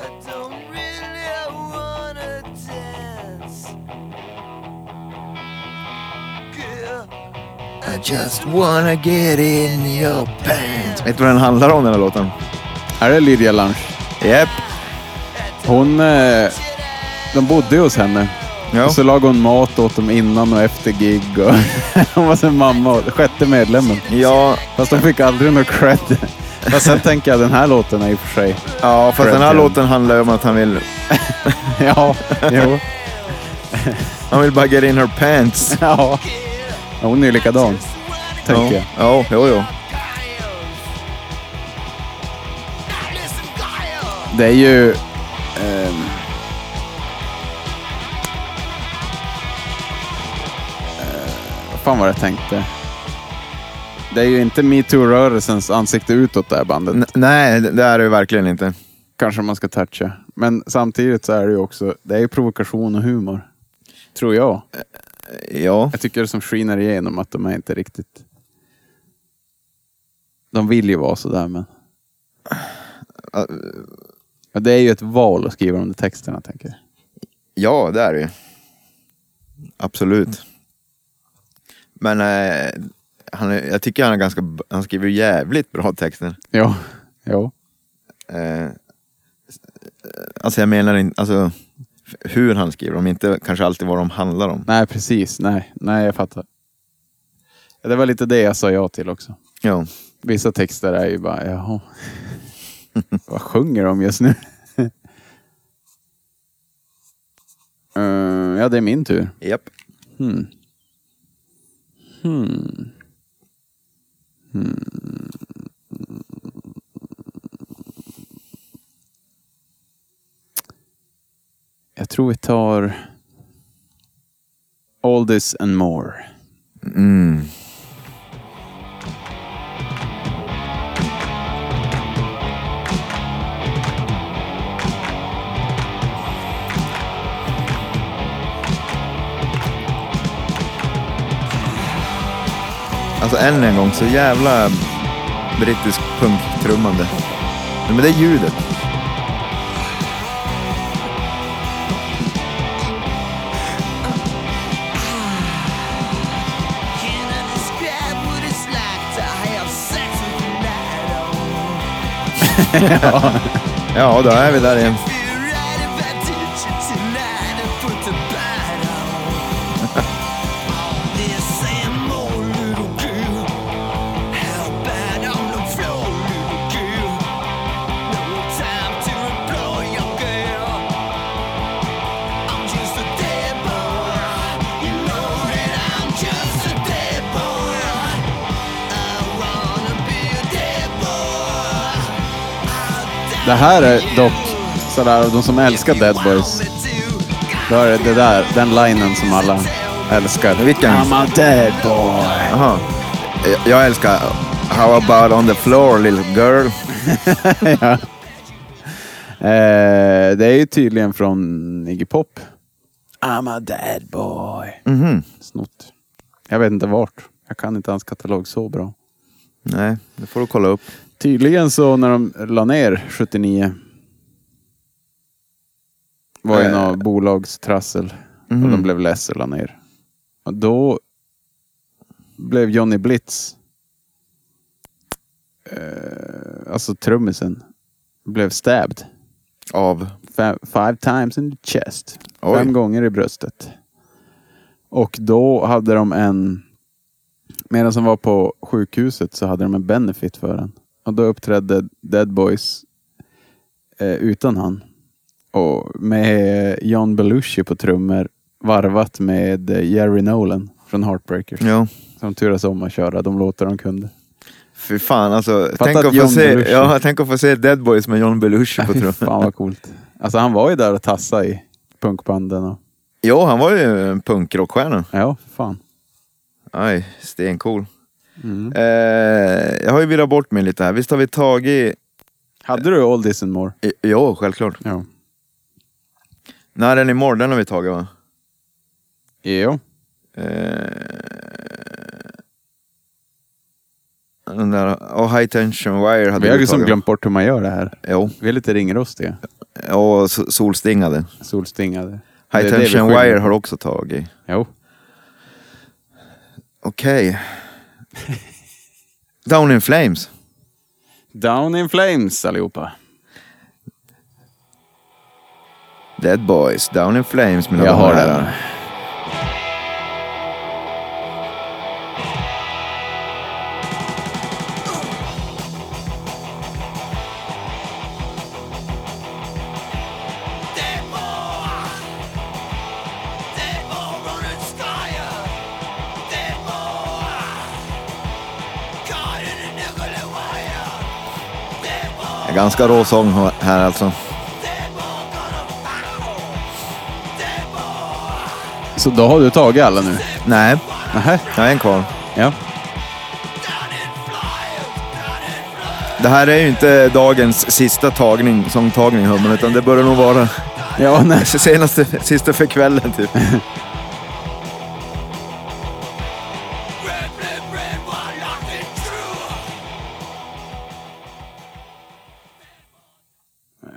[SPEAKER 3] I don't really wanna dance. Girl, I just
[SPEAKER 2] wanna get in your pants. Vet du vad den handlar om den här låten?
[SPEAKER 1] Är det Lydia Lunch?
[SPEAKER 2] Japp.
[SPEAKER 1] Hon... Eh, de bodde ju hos henne.
[SPEAKER 2] Ja.
[SPEAKER 1] Och så lagade hon mat åt dem innan och efter gig. Och (laughs) hon var sen mamma och sjätte medlemmen.
[SPEAKER 2] Ja,
[SPEAKER 1] Fast de fick aldrig någon cred. Fast sen tänker jag den här låten är i och för sig... (laughs)
[SPEAKER 2] ja fast den här
[SPEAKER 1] Cred.
[SPEAKER 2] låten handlar ju om att han vill,
[SPEAKER 1] Ja, jo.
[SPEAKER 2] han vill bara get in her pants.
[SPEAKER 1] Ja. Ja, Hon är ju likadan, (laughs) tänker jag.
[SPEAKER 2] ja. Ja, jo, jo.
[SPEAKER 1] Det är ju... ehm, eh, Vad fan var det jag tänkte? Det är ju inte metoo-rörelsens ansikte utåt det här bandet.
[SPEAKER 2] N- nej, det det är det ju verkligen inte.
[SPEAKER 1] Kanske man ska toucha. Men samtidigt så är det ju också, det är ju provokation och humor. Tror jag.
[SPEAKER 2] Ja.
[SPEAKER 1] Jag tycker det som skiner igenom att de är inte riktigt... De vill ju vara sådär men... Ja, det är ju ett val att skriva de där texterna tänker jag.
[SPEAKER 2] Ja, det är det ju. Absolut. Men eh, han, är- jag tycker han är ganska, b- han skriver ju jävligt bra texter.
[SPEAKER 1] Ja, ja.
[SPEAKER 2] Eh, alltså jag menar inte, alltså f- hur han skriver dem, inte kanske alltid vad de handlar om.
[SPEAKER 1] Nej, precis. Nej, nej jag fattar. Ja, Det var lite det jag sa ja till också.
[SPEAKER 2] Ja.
[SPEAKER 1] Vissa texter är ju bara, (laughs) jaha. Vad sjunger de just nu? (laughs) Eh, ja, det är min tur.
[SPEAKER 2] Japp.
[SPEAKER 1] Hmm. Hmm. Jag tror vi tar All this and more.
[SPEAKER 2] Mm. Alltså än en gång, så jävla brittisk punktrummande. Nej, Men det är ljudet.
[SPEAKER 3] Can I describe what it's like to have sex with the night on?
[SPEAKER 2] Ja, då är vi där igen.
[SPEAKER 3] Feel right if I touch you tonight and put the bite on. All this and more, little girl. How about on the floor, little girl? No time to implore your girl. I'm just a dead boy. You know that I'm just a dead boy. I wanna be a dead boy.
[SPEAKER 1] Det här är dock sådär, av de som älskar Dead Boys, då är det, det där, den linen som alla älskar.
[SPEAKER 2] Vilken?
[SPEAKER 1] I'm a dead boy.
[SPEAKER 2] Aha. Jag- Jag älskar How about on the floor little girl?
[SPEAKER 1] Eh, det är ju tydligen från Iggy Pop. I'm a dead boy.
[SPEAKER 2] Mhm.
[SPEAKER 1] Snott. Jag vet inte vart. Jag kan inte hans katalog så bra.
[SPEAKER 2] Nej, det får du kolla upp.
[SPEAKER 1] Tydligen så när de la ner 79 var ju
[SPEAKER 2] Eh. Mhm.
[SPEAKER 1] något bolagstrassel och de blev less och la ner. Och då blev Johnny Blitz, eh, alltså trummisen, blev stabbed.
[SPEAKER 2] Av?
[SPEAKER 1] Fa- Five times in the chest.
[SPEAKER 2] Oj.
[SPEAKER 1] Fem gånger i bröstet. Och då hade de en... Medan de var på sjukhuset så hade de en benefit för den. Och då uppträdde Dead Boys eh, utan han. Och med John Belushi på trummor varvat med eh, Jerry Nolan från Heartbreakers.
[SPEAKER 2] Ja.
[SPEAKER 1] Som turas om att köra de låtar de kunde.
[SPEAKER 2] Fy fan alltså.
[SPEAKER 1] Fatta
[SPEAKER 2] Tänk
[SPEAKER 1] att
[SPEAKER 2] att, få
[SPEAKER 1] John
[SPEAKER 2] se,
[SPEAKER 1] Belushi-
[SPEAKER 2] ja, tänk att få se Dead Boys med John Belushi på
[SPEAKER 1] Fy
[SPEAKER 2] trumman.
[SPEAKER 1] Fan vad coolt. Alltså han var ju där och tassade i punkbanden och...
[SPEAKER 2] Jo, han var ju en punkrockstjärna.
[SPEAKER 1] Ja, för fan.
[SPEAKER 2] Aj, stencool.
[SPEAKER 1] Mm.
[SPEAKER 2] Eh, jag har ju virrat bort mig lite här. Visst har vi tagit...
[SPEAKER 1] Hade du All This and More?
[SPEAKER 2] i- Jo, självklart.
[SPEAKER 1] Ja.
[SPEAKER 2] När den är imorgon, den har vi tagit va? Eh,
[SPEAKER 1] Jo.
[SPEAKER 2] Den där... Och High Tension Wire hade
[SPEAKER 1] Vi har
[SPEAKER 2] vi
[SPEAKER 1] liksom
[SPEAKER 2] tagit.
[SPEAKER 1] glömt bort hur man gör det här.
[SPEAKER 2] Jo,
[SPEAKER 1] Vi är lite ringrostiga.
[SPEAKER 2] och S- Solstingade.
[SPEAKER 1] Solstingade. Det är
[SPEAKER 2] High
[SPEAKER 1] det vi
[SPEAKER 2] Tension
[SPEAKER 1] skyller
[SPEAKER 2] Wire
[SPEAKER 1] på.
[SPEAKER 2] har också tagit.
[SPEAKER 1] Jo.
[SPEAKER 2] Okej. Down in Flames.
[SPEAKER 1] Down in flames allihopa.
[SPEAKER 2] Dead Boys, Down in Flames mina
[SPEAKER 1] Jag
[SPEAKER 2] damer och
[SPEAKER 1] har den.
[SPEAKER 2] herrar.
[SPEAKER 3] Dead more. Dead more on its fire. Dead more. Caught in a nuclear wire. Dead more.
[SPEAKER 2] Ganska rå sång här alltså.
[SPEAKER 3] Dead more gonna fall. Dead more.
[SPEAKER 1] Så då har du tagit alla nu?
[SPEAKER 2] Nej,
[SPEAKER 1] Nähä.
[SPEAKER 2] jag har en kvar.
[SPEAKER 1] Ja.
[SPEAKER 3] Down in flames. Down in flames.
[SPEAKER 2] Det här är ju inte dagens sista tagning, sångtagning Hummen, utan det börjar nog vara (laughs)
[SPEAKER 1] Ja, nej.
[SPEAKER 2] senaste, sista för kvällen typ.
[SPEAKER 3] Red, red, red. One locked and true.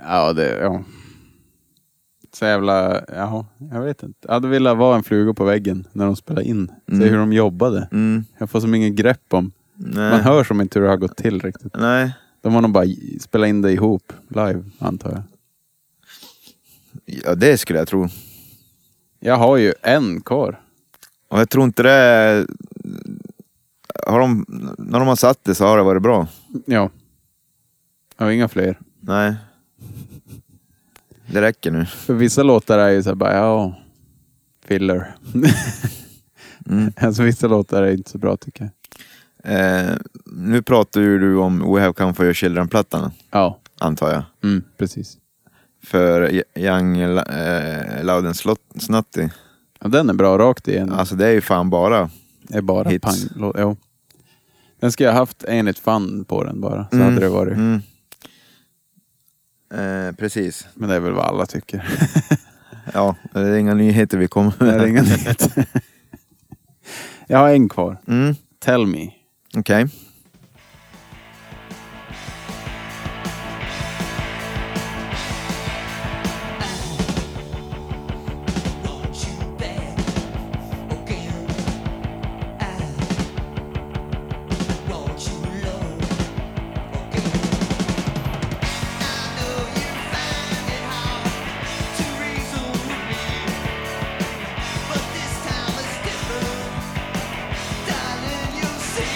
[SPEAKER 1] Ja, det... Ja. Så jävla... Jaha, jag vet inte. Jag hade velat vara en fluga på väggen när de spelade in. Se hur de jobbade.
[SPEAKER 2] Mm,
[SPEAKER 1] Jag får som ingen grepp om... Man
[SPEAKER 2] nej.
[SPEAKER 1] hör som inte hur det har gått till riktigt.
[SPEAKER 2] nej,
[SPEAKER 1] De har nog bara spelat in det ihop live, antar jag.
[SPEAKER 2] ja det skulle jag tro.
[SPEAKER 1] Jag har ju en kvar.
[SPEAKER 2] Och jag tror inte det är... Har de, när de har satt det så har det varit bra.
[SPEAKER 1] Ja. Jag har inga fler.
[SPEAKER 2] Nej. Det räcker nu.
[SPEAKER 1] För vissa låtar är ju såhär bara, ja... Filler. (laughs) Alltså vissa låtar är inte så bra tycker jag.
[SPEAKER 2] Eh, nu pratar ju du om We Have Come For Your Children-plattan,
[SPEAKER 1] Ja,
[SPEAKER 2] antar jag.
[SPEAKER 1] mm, precis.
[SPEAKER 2] För J- Young eh, Loudensnutty.
[SPEAKER 1] Ja, den är bra rakt igenom.
[SPEAKER 2] Alltså det är ju fan bara.
[SPEAKER 1] är bara
[SPEAKER 2] hits.
[SPEAKER 1] pang. lå- Jo. Den ska jag haft enligt fan på den bara. Så hade det varit.
[SPEAKER 2] Mm. Eh, precis.
[SPEAKER 1] Men det är väl vad alla tycker. (laughs)
[SPEAKER 2] Ja, det är inga nyheter vi kommer
[SPEAKER 1] Det är
[SPEAKER 2] med.
[SPEAKER 1] ingen nyhet. (laughs) jag har en kvar.
[SPEAKER 2] Mm,
[SPEAKER 1] Tell me.
[SPEAKER 2] (laughs) Okej.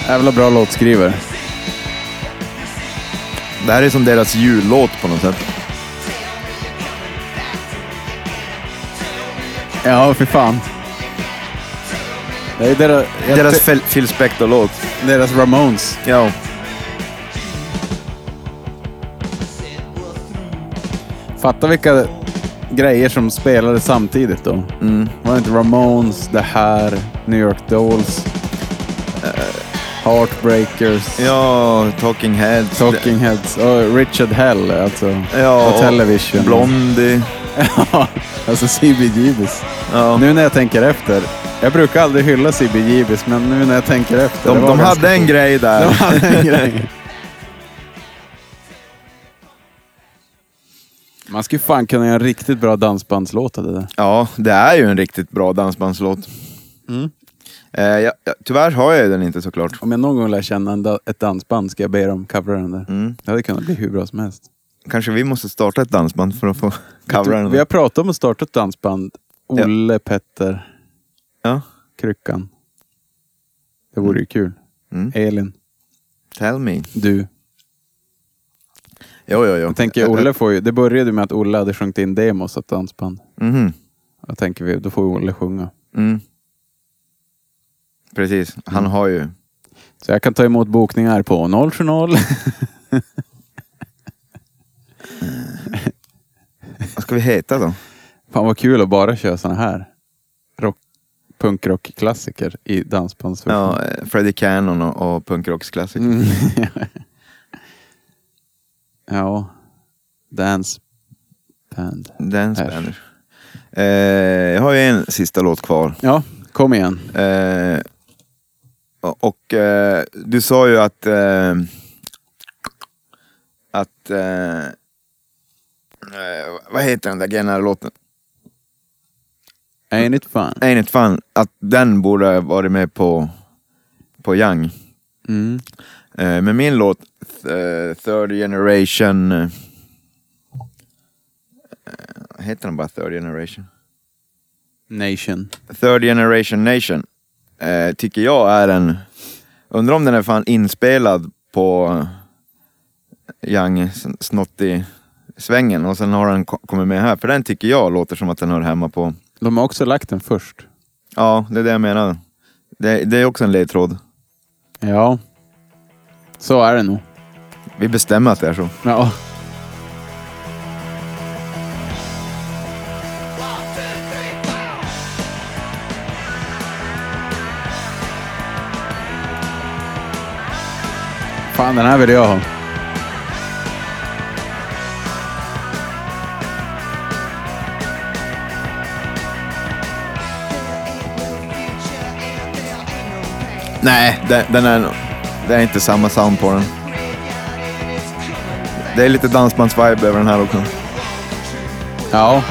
[SPEAKER 1] Jävla bra låtskrivare.
[SPEAKER 2] Det här är som deras jullåt på något sätt.
[SPEAKER 1] Ja, för fan. Det är deras,
[SPEAKER 2] Deras Phil- Phil Spector-låt.
[SPEAKER 1] deras Ramones.
[SPEAKER 2] Ja.
[SPEAKER 1] Fatta vilka grejer som spelades samtidigt då.
[SPEAKER 2] Mm.
[SPEAKER 1] Var det inte Ramones, det här, New York Dolls, eh, Heartbreakers,
[SPEAKER 2] ja, Talking Heads.
[SPEAKER 1] Talking Heads och Richard Hell alltså.
[SPEAKER 2] Ja,
[SPEAKER 1] och Television. (laughs)
[SPEAKER 2] Blondie.
[SPEAKER 1] alltså CBGBs.
[SPEAKER 2] Ja.
[SPEAKER 1] Nu när jag tänker efter. Jag brukar aldrig hylla CBGBs men nu när jag tänker efter.
[SPEAKER 2] De,
[SPEAKER 1] det var
[SPEAKER 2] de
[SPEAKER 1] ganska
[SPEAKER 2] hade en
[SPEAKER 1] coolt.
[SPEAKER 2] grej där.
[SPEAKER 1] De hade en grej. Man skulle fan kunna göra en riktigt bra dansbandslåt av det där.
[SPEAKER 2] Ja, det är ju en riktigt bra dansbandslåt.
[SPEAKER 1] Mm.
[SPEAKER 2] Eh, jag, jag, tyvärr har jag ju den inte såklart.
[SPEAKER 1] Om jag någon gång lär känna en da- ett dansband ska jag be dem covera den där.
[SPEAKER 2] Mm.
[SPEAKER 1] Det hade kunnat bli hur bra som helst.
[SPEAKER 2] Kanske vi måste starta ett dansband för
[SPEAKER 1] (laughs)
[SPEAKER 2] att få covra
[SPEAKER 1] Vi har
[SPEAKER 2] den.
[SPEAKER 1] pratat om att starta ett dansband. Olle, Petter,
[SPEAKER 2] Ja.
[SPEAKER 1] kryckan. Det vore ju kul.
[SPEAKER 2] Mm.
[SPEAKER 1] Elin,
[SPEAKER 2] Tell me.
[SPEAKER 1] du.
[SPEAKER 2] Jo, jo, jo.
[SPEAKER 1] Jag tänker Olle får ju, det började med att Olle hade sjungit in demos åt dansband.
[SPEAKER 2] Mhm.
[SPEAKER 1] Jag tänker vi, då får ju Olle sjunga.
[SPEAKER 2] Mm. Precis, han
[SPEAKER 1] Mm.
[SPEAKER 2] har ju...
[SPEAKER 1] Så jag kan ta emot bokningar på 070.
[SPEAKER 2] Vad ska vi heta då?
[SPEAKER 1] Fan vad kul att bara köra såna här rock, punkrockklassiker i dansbandsversion.
[SPEAKER 2] Ja, eh, Freddie Cannon och, och punkrocksklassiker.
[SPEAKER 1] Mm. ja. Dance band.
[SPEAKER 2] Dance
[SPEAKER 1] Äsch.
[SPEAKER 2] Banner. Eh, jag har ju en sista låt kvar.
[SPEAKER 1] Ja, kom igen.
[SPEAKER 2] Eh, och eh, du sa ju att... Eh, att... Eh, eh, vad heter den där Gennar-låten?
[SPEAKER 1] Ain't it fun?
[SPEAKER 2] Ain't it fun? Att den borde ha varit med på, på Young.
[SPEAKER 1] Mm.
[SPEAKER 2] Eh, men min låt, th- eh, Third Generation... eh, eh, heter den bara Third Generation?
[SPEAKER 1] Nation.
[SPEAKER 2] Third Generation Nation eh, tycker jag är en... Undrar om den är fan inspelad på Young Snotty-svängen och sen har den ko- kommit med här. För den tycker jag låter som att den hör hemma på...
[SPEAKER 1] De har också lagt den först.
[SPEAKER 2] Ja, det är det jag menar. Det, det är också en ledtråd.
[SPEAKER 1] Ja. Så är det nog.
[SPEAKER 2] Vi bestämmer att det är så.
[SPEAKER 1] Ja. Fan, den här vill jag ha.
[SPEAKER 2] Nej, den, den är... nog- Det är inte samma sound på den. Det är lite dansbandsvibe över den här också.
[SPEAKER 1] Ja.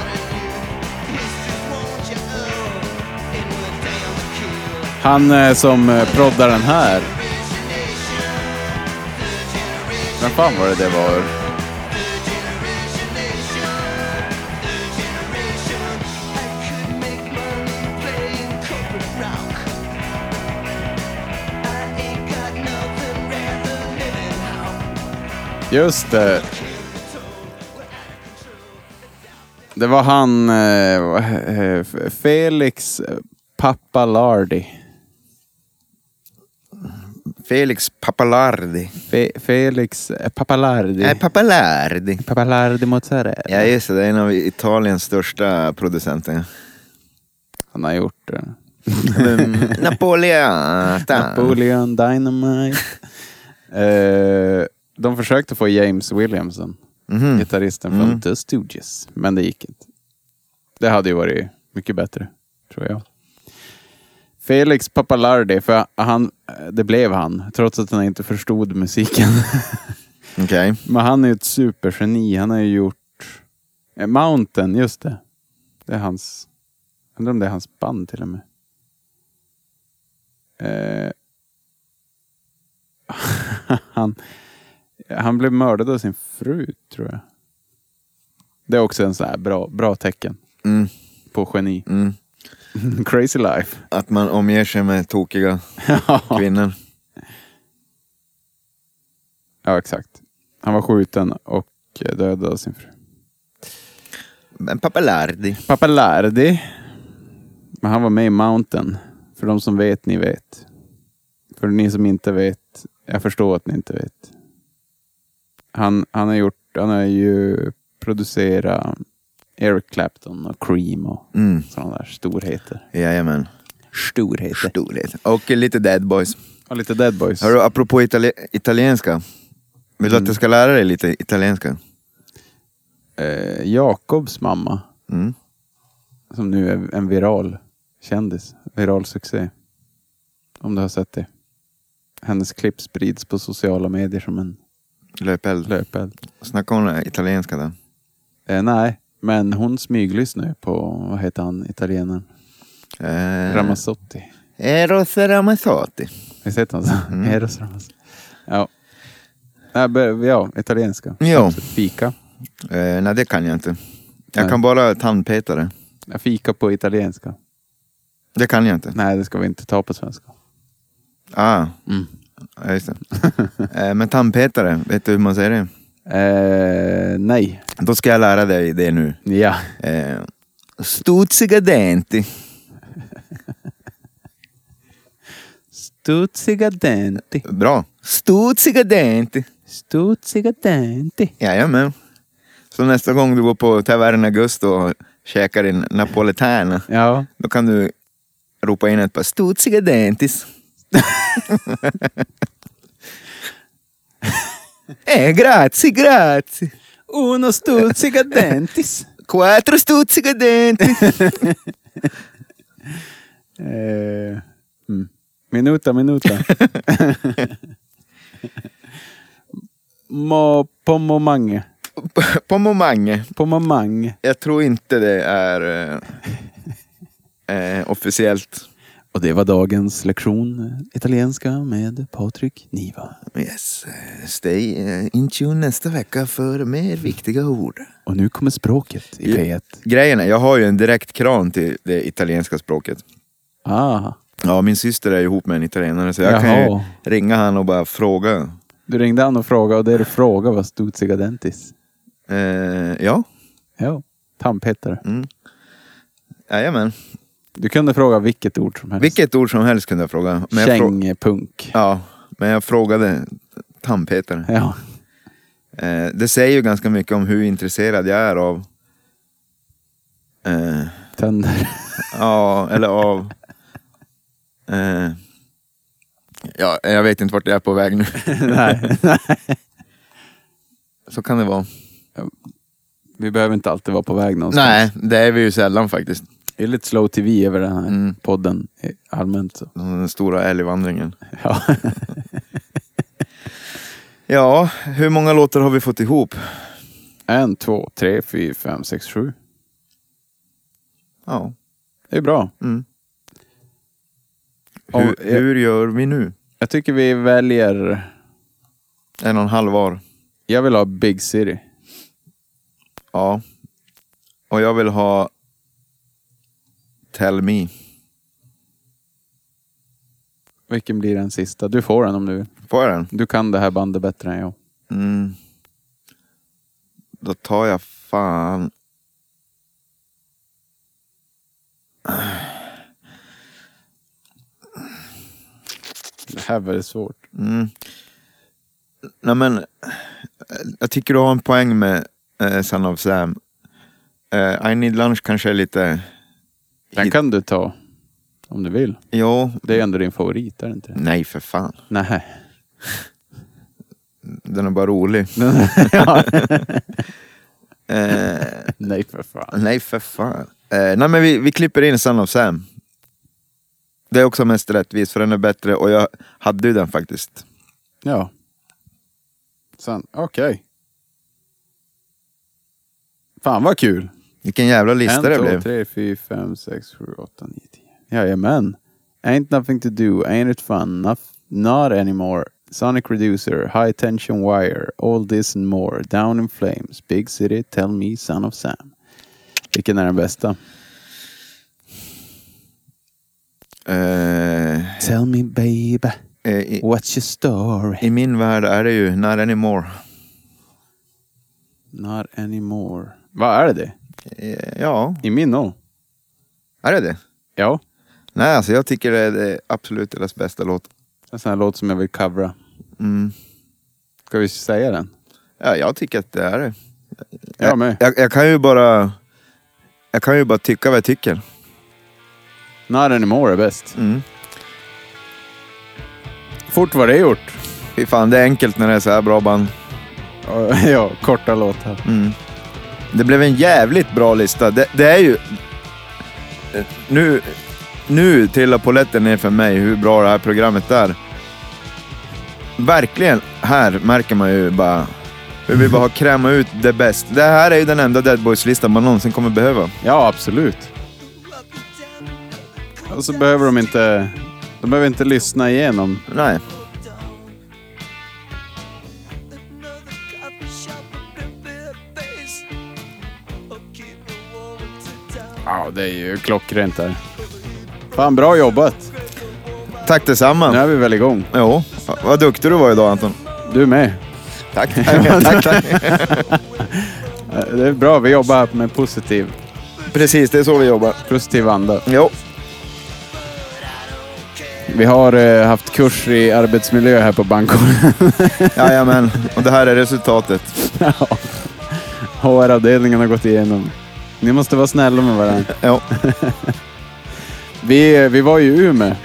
[SPEAKER 1] Han eh, som eh, proddar den här. Vem fan var det det var? Just det. Det var han eh, vad he- eh, Felix eh, Papalardi.
[SPEAKER 2] Felix Papalardi.
[SPEAKER 1] Fe, Felix eh, Papalardi.
[SPEAKER 2] Nej, Papalardi.
[SPEAKER 1] Papalardi Mozzarella.
[SPEAKER 2] Ja just det, det är en av Italiens största producenter.
[SPEAKER 1] Han har gjort det.
[SPEAKER 2] (laughs) Napoleata.
[SPEAKER 1] Napoleon Dynamite. (laughs) eh, de försökte få James Williamson,
[SPEAKER 2] Mhm.
[SPEAKER 1] gitarristen från The Stooges, men det gick inte. Det hade ju varit mycket bättre, tror jag. Felix Papalardi, för han, det blev han, trots att han inte förstod musiken. (laughs)
[SPEAKER 2] Okej.
[SPEAKER 1] Men han är ju ett supergeni. Han har ju gjort eh, Mountain, just det. Det är hans... Undrar om det är hans band till och med. Eh, (laughs) han, han blev mördad av sin fru, tror jag. Det är också en sån här bra, bra tecken
[SPEAKER 2] Mm,
[SPEAKER 1] på geni.
[SPEAKER 2] mm.
[SPEAKER 1] (laughs) Crazy life.
[SPEAKER 2] Att man omger sig med tokiga kvinnor.
[SPEAKER 1] ja, exakt. Han var skjuten och dödad av sin fru.
[SPEAKER 2] Men Papalardi.
[SPEAKER 1] Papalardi. Men han var med i Mountain. För de som vet, ni vet. För ni som inte vet, jag förstår att ni inte vet. Han, han har gjort, han har ju producerat Eric Clapton och Cream och
[SPEAKER 2] Mm.
[SPEAKER 1] sådana där storheter.
[SPEAKER 2] Jajamän.
[SPEAKER 1] Storheter.
[SPEAKER 2] Storhet. Och lite Dead Boys.
[SPEAKER 1] Och lite Dead Boys.
[SPEAKER 2] Hörru, apropå itali- italienska. Vill du att jag ska lära dig lite italienska?
[SPEAKER 1] Eh, Jakobs mamma,
[SPEAKER 2] Mm.
[SPEAKER 1] som nu är en viral kändis. Viral succé. Om du har sett det. Hennes klipp sprids på sociala medier som en
[SPEAKER 2] Löpeld.
[SPEAKER 1] löpeld.
[SPEAKER 2] Snackar hon italienska då?
[SPEAKER 1] Eh, nej, men hon smyglyssnar ju på, vad heter han, italienaren?
[SPEAKER 2] Eh,
[SPEAKER 1] Ramazzotti.
[SPEAKER 2] Eros Ramazzotti.
[SPEAKER 1] Visst heter han så?
[SPEAKER 2] Mm.
[SPEAKER 1] (laughs) Eros Ramazzotti. Ja. Nej, be- ja, italienska.
[SPEAKER 2] Jo.
[SPEAKER 1] Fika.
[SPEAKER 2] Eh, nej, det kan jag inte. Jag
[SPEAKER 1] Nej.
[SPEAKER 2] kan bara tandpetare.
[SPEAKER 1] Ja, Fika på italienska.
[SPEAKER 2] Det kan jag inte.
[SPEAKER 1] Nej, det ska vi inte ta på svenska.
[SPEAKER 2] Ah,
[SPEAKER 1] Mm.
[SPEAKER 2] ja, just det. (laughs) eh, men tandpetare, vet du hur man säger det?
[SPEAKER 1] Eh, nej.
[SPEAKER 2] Då ska jag lära dig det nu.
[SPEAKER 1] Ja.
[SPEAKER 2] Eh, Stuzziga denti.
[SPEAKER 1] Studsiga denti.
[SPEAKER 2] Bra. Stuzziga denti.
[SPEAKER 1] Studsiga denti.
[SPEAKER 2] Jajamän. Så nästa gång du går på Tavern Augusto och käkar din napoletana,
[SPEAKER 1] Ja.
[SPEAKER 2] då kan du ropa in ett par stuzziga dentis. eh, grazie, grazie.
[SPEAKER 1] Uno studsiga dentis.
[SPEAKER 2] Quattro stuzziga (laughs) denti.
[SPEAKER 1] Eh, mm. Minuta, minuta. Mo, pomomang.
[SPEAKER 2] Pomomange.
[SPEAKER 1] Pomomang.
[SPEAKER 2] Jag tror inte det är eh, eh, officiellt.
[SPEAKER 1] Och det var dagens lektion eh, italienska med Patrik Niva.
[SPEAKER 2] Yes. Stay eh, in tune nästa vecka för mer viktiga ord.
[SPEAKER 1] Och nu kommer språket i
[SPEAKER 2] Ja.
[SPEAKER 1] P1.
[SPEAKER 2] Grejen är, jag har ju en direkt kran till det italienska språket.
[SPEAKER 1] Ah,
[SPEAKER 2] Ja, min syster är ju ihop med en italienare så jag kan
[SPEAKER 1] Jaha.
[SPEAKER 2] ju ringa han och bara fråga.
[SPEAKER 1] du ringde han och frågade och det du frågade var studsiga dentis.
[SPEAKER 2] Eh, ja,
[SPEAKER 1] Ja, tandpetare.
[SPEAKER 2] jajamän.
[SPEAKER 1] Du kunde fråga vilket ord som helst.
[SPEAKER 2] Vilket ord som helst kunde jag fråga. Men jag, frå-
[SPEAKER 1] Kängpunk.
[SPEAKER 2] ja, men jag frågade tandpetaren.
[SPEAKER 1] Ja.
[SPEAKER 2] Eh, det säger ju ganska mycket om hur intresserad jag är av eh,
[SPEAKER 1] Tänder.
[SPEAKER 2] Ja, eller av... Eh, ja, jag vet inte vart jag är på väg nu.
[SPEAKER 1] Nej.
[SPEAKER 2] Så kan det vara.
[SPEAKER 1] (laughs) Vi behöver inte alltid vara på väg någonstans.
[SPEAKER 2] Nej, det är vi ju sällan faktiskt.
[SPEAKER 1] Det är lite slow tv över den här
[SPEAKER 2] Mm.
[SPEAKER 1] podden eh, allmänt. Så. (laughs)
[SPEAKER 2] Den stora älgvandringen.
[SPEAKER 1] Ja.
[SPEAKER 2] Ja, hur många låtar har vi fått ihop?
[SPEAKER 1] en, två, tre, fyra, fem, sex, sju.
[SPEAKER 2] Ja.
[SPEAKER 1] Det är bra.
[SPEAKER 2] Mm.
[SPEAKER 1] Om-
[SPEAKER 2] Hur, hur gör vi nu?
[SPEAKER 1] Jag tycker vi väljer...
[SPEAKER 2] En och en halv var.
[SPEAKER 1] Jag vill ha Big City.
[SPEAKER 2] Ja. Och jag vill ha Tell Me.
[SPEAKER 1] Vilken blir den sista? Du får den om du vill.
[SPEAKER 2] Får jag den?
[SPEAKER 1] Du kan det här bandet bättre än jag.
[SPEAKER 2] Mm. Då tar jag fan...
[SPEAKER 1] Det här var det svårt.
[SPEAKER 2] Mm. Nej men, eh, jag tycker du har en poäng med eh, Son of Sam. Eh, I need lunch kanske är lite...
[SPEAKER 1] Den kan du ta om du vill.
[SPEAKER 2] Jo.
[SPEAKER 1] Det är ändå din favorit, är det inte det?
[SPEAKER 2] (laughs) Nej för fan.
[SPEAKER 1] Nej.
[SPEAKER 2] Den är
[SPEAKER 1] (laughs)
[SPEAKER 2] bara rolig. Eh,
[SPEAKER 1] Nej för fan.
[SPEAKER 2] nej för fan. Eh, nej men vi, vi klipper in Son of Sam. Det är också mest rättvist för den är bättre och jag hade ju den faktiskt.
[SPEAKER 1] Ja. Sen, okej. Fan vad kul.
[SPEAKER 2] Vilken jävla lista det
[SPEAKER 1] En, två,
[SPEAKER 2] blev.
[SPEAKER 1] tre, fyra, fem, sex, sju, åtta, nio, tio. Jajamän. Ain't nothing to do, ain't it fun, Noth not anymore. Sonic Reducer, High Tension Wire, All This and More, Down in Flames, Big City, Tell Me, Son of Sam. Vilken är den bästa?
[SPEAKER 2] Eh,
[SPEAKER 1] Tell me baby,
[SPEAKER 2] eh, i,
[SPEAKER 1] what's your story?
[SPEAKER 2] I min värld är det ju Not anymore.
[SPEAKER 1] Not anymore. Vad är det?
[SPEAKER 2] Eh, ja,
[SPEAKER 1] I min nå?
[SPEAKER 2] är det det?
[SPEAKER 1] Ja.
[SPEAKER 2] Nej, alltså jag tycker det är det absolut deras bästa låt.
[SPEAKER 1] En sån här låt som jag vill covra.
[SPEAKER 2] Mm.
[SPEAKER 1] Ska vi säga den?
[SPEAKER 2] Ja, jag tycker att det är det.
[SPEAKER 1] Jag med.
[SPEAKER 2] Jag, jag kan ju bara... Jag kan ju bara tycka vad jag tycker.
[SPEAKER 1] Not anymore är bäst.
[SPEAKER 2] Mm.
[SPEAKER 1] Fort var det gjort. (laughs)
[SPEAKER 2] Fy fan, det är enkelt när det är så här bra band.
[SPEAKER 1] ja, korta låtar.
[SPEAKER 2] Mm. Det blev en jävligt bra lista. Det, det är ju... Eh, Nu, nu trillar polletten ner för mig hur bra det här programmet är. Verkligen, här märker man ju bara hur vi bara har krämat ut det bäst. Det här är ju den enda Dead Boys-listan man någonsin kommer behöva.
[SPEAKER 1] Ja, absolut. Och så behöver de inte... De behöver inte lyssna igenom.
[SPEAKER 2] Nej.
[SPEAKER 1] Ja, det är ju klockrent där. Fan, bra jobbat.
[SPEAKER 2] Tack detsamma.
[SPEAKER 1] Nu är vi väl igång.
[SPEAKER 2] Jo, Va- vad duktig du var idag Anton.
[SPEAKER 1] Du med.
[SPEAKER 2] (laughs) Tack. tack, tack.
[SPEAKER 1] Eh, Det är bra, vi jobbar med positiv,
[SPEAKER 2] Precis, det är så vi jobbar.
[SPEAKER 1] positiv anda.
[SPEAKER 2] Jo,
[SPEAKER 1] Vi har eh, haft kurs i arbetsmiljö här på (laughs) Bankholmen.
[SPEAKER 2] jajamän. Och det här är resultatet.
[SPEAKER 1] HR-avdelningen har gått igenom. Ni måste vara snälla med varandra.
[SPEAKER 2] Jo,
[SPEAKER 1] Vi, eh, vi var ju i Umeå.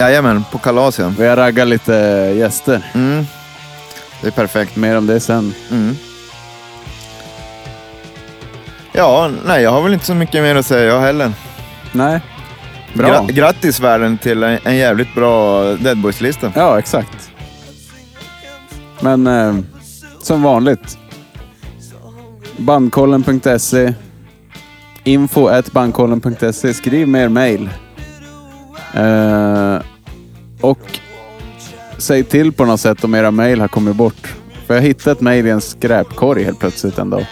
[SPEAKER 2] jajamän. På kalas ja.
[SPEAKER 1] Vi har raggat lite gäster.
[SPEAKER 2] Mm. Det är perfekt.
[SPEAKER 1] Mer om det sen.
[SPEAKER 2] Mm. Ja, nej jag har väl inte så mycket mer att säga jag heller.
[SPEAKER 1] Nej. Bra.
[SPEAKER 2] Gra- grattis världen till en, en jävligt bra Dead Boys-lista.
[SPEAKER 1] Ja, exakt. Men eh, som vanligt. Bandkollen.se E. info at bandkollen.se E. Skriv mer mejl. Eh, och säg till på något sätt om era mejl har kommit bort. För jag hittade ett mejl i en skräpkorg helt plötsligt en dag.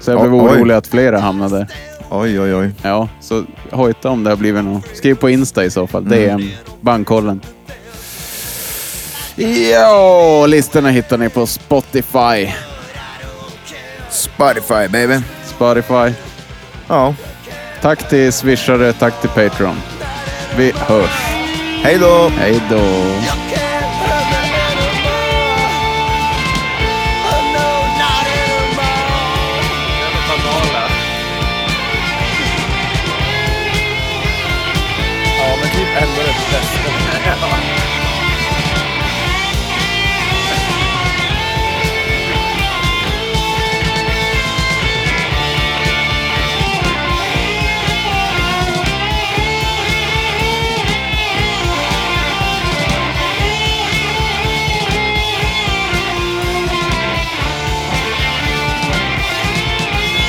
[SPEAKER 1] Så jag blev
[SPEAKER 2] Oj.
[SPEAKER 1] orolig att flera hamnade där.
[SPEAKER 2] Oj, oj, oj.
[SPEAKER 1] Ja, så hojta om det har blivit något. Skriv på Insta i så fall. DM. Bandkollen. Ja, listorna hittar ni på Spotify.
[SPEAKER 2] Spotify baby.
[SPEAKER 1] Spotify.
[SPEAKER 2] Ja,
[SPEAKER 1] Tack till swishare, tack till Patreon. Vi hörs.
[SPEAKER 2] hej då!
[SPEAKER 1] Hej då.
[SPEAKER 3] You can't hurt me anymore. Oh, no, not anymore.
[SPEAKER 7] Ja, men typ ändå det bästa.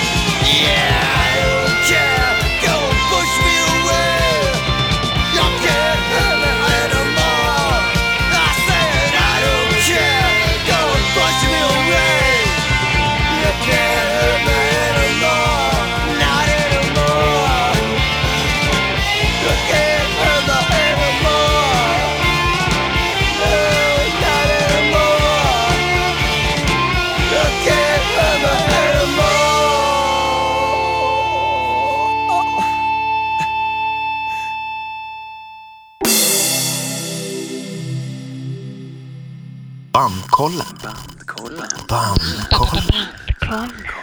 [SPEAKER 3] Yeah, you can't go and push me away. You can't hurt me anymore. I said I don't care. Go and push me away. You can't hurt me anymore. Not anymore. You can't hurt me anymore. No, not anymore. You can't hurt me anymore.
[SPEAKER 8] Bandkollen. Bandkollen. Bandkollen.